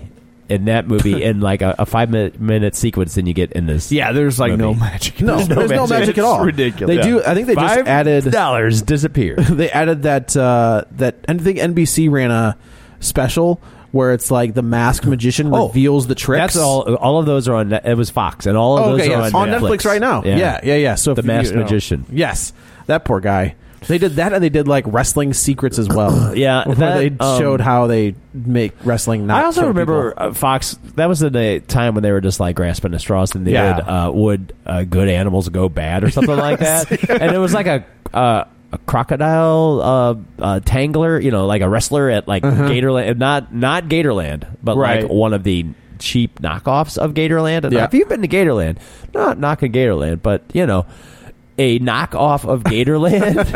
C: in
B: (laughs)
C: that movie in like a, a five minute, minute sequence than you get in this.
D: Yeah, there's like no
C: Movie.
D: magic.
C: (laughs)
B: no, there's no, magic. at all.
D: It's ridiculous.
B: They do. I think they just
C: Five
B: added.
C: dollars disappear.
B: (laughs) they added that uh, that I think NBC ran a special where it's like the masked magician
C: Oh,
B: reveals the tricks.
C: That's all. All of those are on. It was Fox, and all of
B: Oh,
C: those
B: okay,
C: are
B: yes.
C: on,
B: on Netflix. right now. Yeah, yeah, yeah. So if
C: The
B: you-
C: Masked
B: you know.
C: Magician.
B: Yes, that poor guy. They did that, and they did like wrestling secrets as well.
C: (coughs) Yeah,
B: where
C: that,
B: they
C: um,
B: showed how they make wrestling. Not
C: I also
B: kill
C: remember uh, Fox. That was the day, time when they were just like grasping at straws, and they
B: Yeah.
C: would uh, would uh, good animals go bad or
B: (laughs)
C: something like that. And it was like a uh, a crocodile uh, uh, tangler, you know, like a wrestler at like Gatorland, not not Gatorland, but
B: Uh-huh. Right.
C: like one of the cheap knockoffs of Gatorland. And
B: Yeah.
C: if you've been to Gatorland, not knocking Gatorland, but you know. A knockoff
B: (laughs)
C: of Gatorland.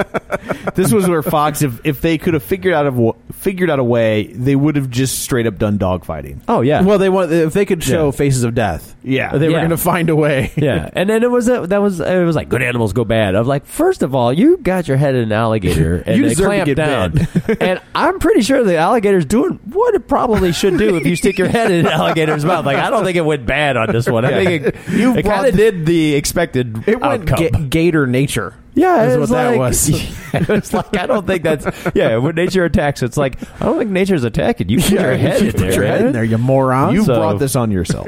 D: This was where Fox, if, if they could have figured out of figured out a way, they would have just straight up done dogfighting.
C: oh yeah.
B: people. Well, they want if they could show
C: Yeah.
B: faces of death.
D: Yeah.
B: they were
C: Yeah.
B: going to find a
D: (laughs)
B: way.
C: Yeah, (laughs) and then it was a, that was it was like good animals go bad. I'm like, first of all, you got your head in an alligator
B: (laughs)
C: and
B: You
C: they
B: deserve to
C: clamped
B: get
C: down,
B: (laughs)
C: and I'm pretty sure the alligator's doing what it probably should do if you stick your head in an alligator's mouth. Like, I don't think it went bad on this one. I think it, it
B: brought
C: kind of did the expected
B: It went
C: outcome.
B: ga- gator nature.
C: yeah,
B: is
C: it
B: what
C: was (laughs)
B: that (laughs)
C: like-
B: was.
C: it was like I don't think that's yeah. When nature attacks, it's like I don't think nature's attacking you. Put your head in
B: Put
C: there,
B: your head
C: man.
B: in there, you moron.
D: You
C: So-
D: brought this on yourself.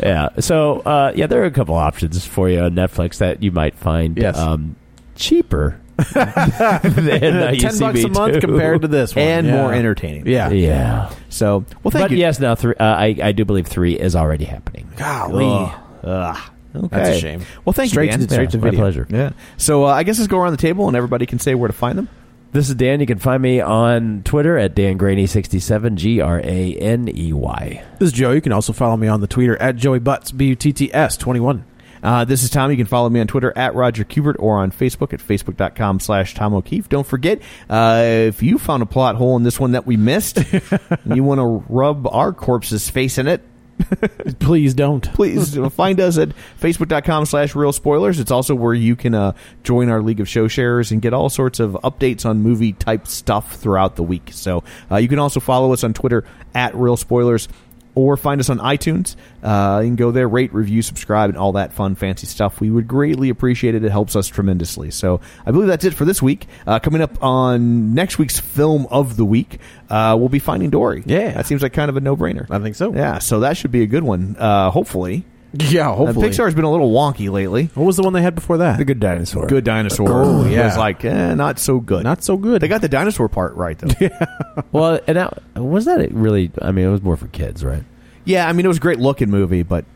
C: (laughs) Yeah. So uh, yeah, there are a couple options for you on Netflix that you might find
B: Yes.
C: um, (laughs) cheaper
B: (laughs)
C: than uh, you
B: ten
C: see
B: bucks
C: me
B: a month
C: do.
B: compared to this one,
D: and
B: Yeah.
D: more entertaining.
B: Yeah.
C: Yeah.
D: So, well, thank
C: but
D: you.
C: yes, now three, uh, I I do believe three is already happening.
B: Golly.
D: Okay.
B: That's a shame.
D: Well, thank you,
B: Straight
D: Dan.
B: to- straight to
C: my
B: video.
C: pleasure.
D: Yeah. So uh, I guess let's go around the table and everybody can say where to find them.
C: This is Dan. You can find me on Twitter at dangraney67. G R A N E Y.
B: This is Joe. You can also follow me on the Twitter at Joey Butts B U T T S twenty one.
D: Uh, this is Tom. You can follow me on Twitter at Roger Kubert or on Facebook at facebook.com slash Tom O'Keefe. Don't forget, uh, if you found a plot hole in this one that we missed and you want to rub our corpse's face in it,
B: Please don't.
D: (laughs) please find us at facebook.com slash real spoilers it's also where you can uh, join our league of show sharers and get all sorts of updates on movie type stuff throughout the week so uh, you can also follow us on twitter at real spoilers or find us on iTunes. Uh, you can go there, rate, review, subscribe, and all that fun, fancy stuff. We would greatly appreciate it. It helps us tremendously. So I believe that's it for this week. Uh, coming up on next week's film of the week, uh, we'll be Finding Dory.
B: Yeah.
D: That seems like kind of a no brainer.
B: I think so.
D: Yeah, so that should be a good one. Uh, hopefully,
B: Yeah,
D: Uh,
B: hopefully.
D: Pixar's been a little wonky lately.
B: What was the one they had before that?
C: Good dinosaur.
D: Good dinosaur.
B: Oh, yeah.
D: was like eh, not so good.
B: Not so good.
D: They got the dinosaur part right
B: (laughs)
D: though. yeah.
C: Well, and that, was that really? I mean, it was more for kids, right?
D: I mean it was a great looking movie, but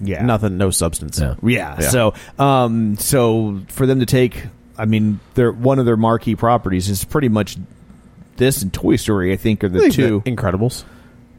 D: yeah,
B: nothing, no substance.
C: Yeah.
D: Yeah.
B: Yeah.
D: So, um, so for them to take, I mean, their one of their marquee properties is pretty much this and Toy Story. I think are the two.
B: Incredibles.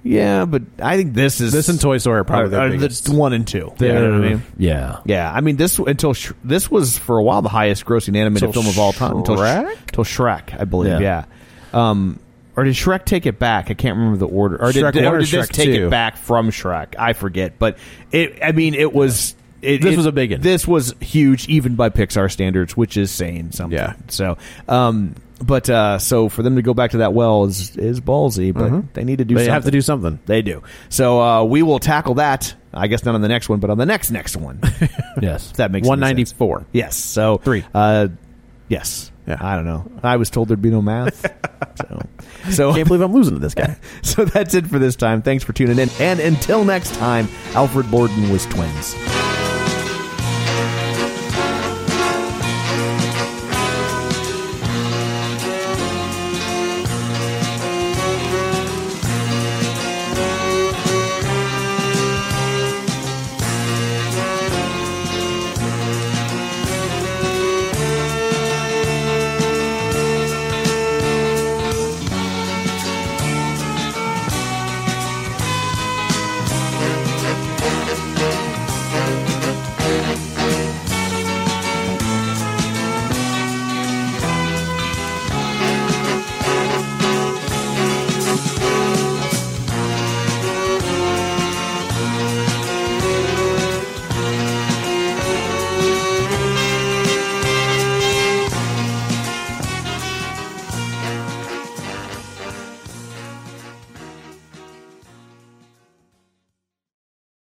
D: yeah, but I think this is
B: This and Toy Story are probably
D: are,
B: their
D: are
B: biggest.
D: the one and two.
B: They're-
D: You know what I mean?
C: Yeah.
D: Yeah, I mean this until Sh- this was for a while the highest grossing animated
B: Till
D: film of all time until
B: Shrek?
D: until Shrek, I believe. Yeah.
C: Yeah.
D: Um or did Shrek take it back? I can't remember the order. Or did,
B: Shrek
D: did-
B: one
D: or
B: or
D: did this
B: Shrek
D: take
B: two?
D: it back from Shrek? I forget, but it I mean it was it,
B: This
D: it-
B: was a big one.
D: This was huge even by Pixar standards, which is saying something.
B: Yeah.
D: So, um but uh so for them to go back to that well is is ballsy, but they need to do
B: Mm-hmm. They
D: something.
B: have to do something.
D: They do. So uh we will tackle that. I guess not on the next one, but on the next next
B: (laughs)
D: one.
C: Yes.
D: If that makes any sense.
B: 194.
D: Yes. So
B: Three.
D: Uh, yes.
B: Yeah.
D: I don't know. I was told there'd be no
B: (laughs)
D: math. so (laughs) so,
B: Can't believe I'm losing to this guy.
D: so that's it for this time. Thanks for tuning in, and until next time, Alfred Borden was twins.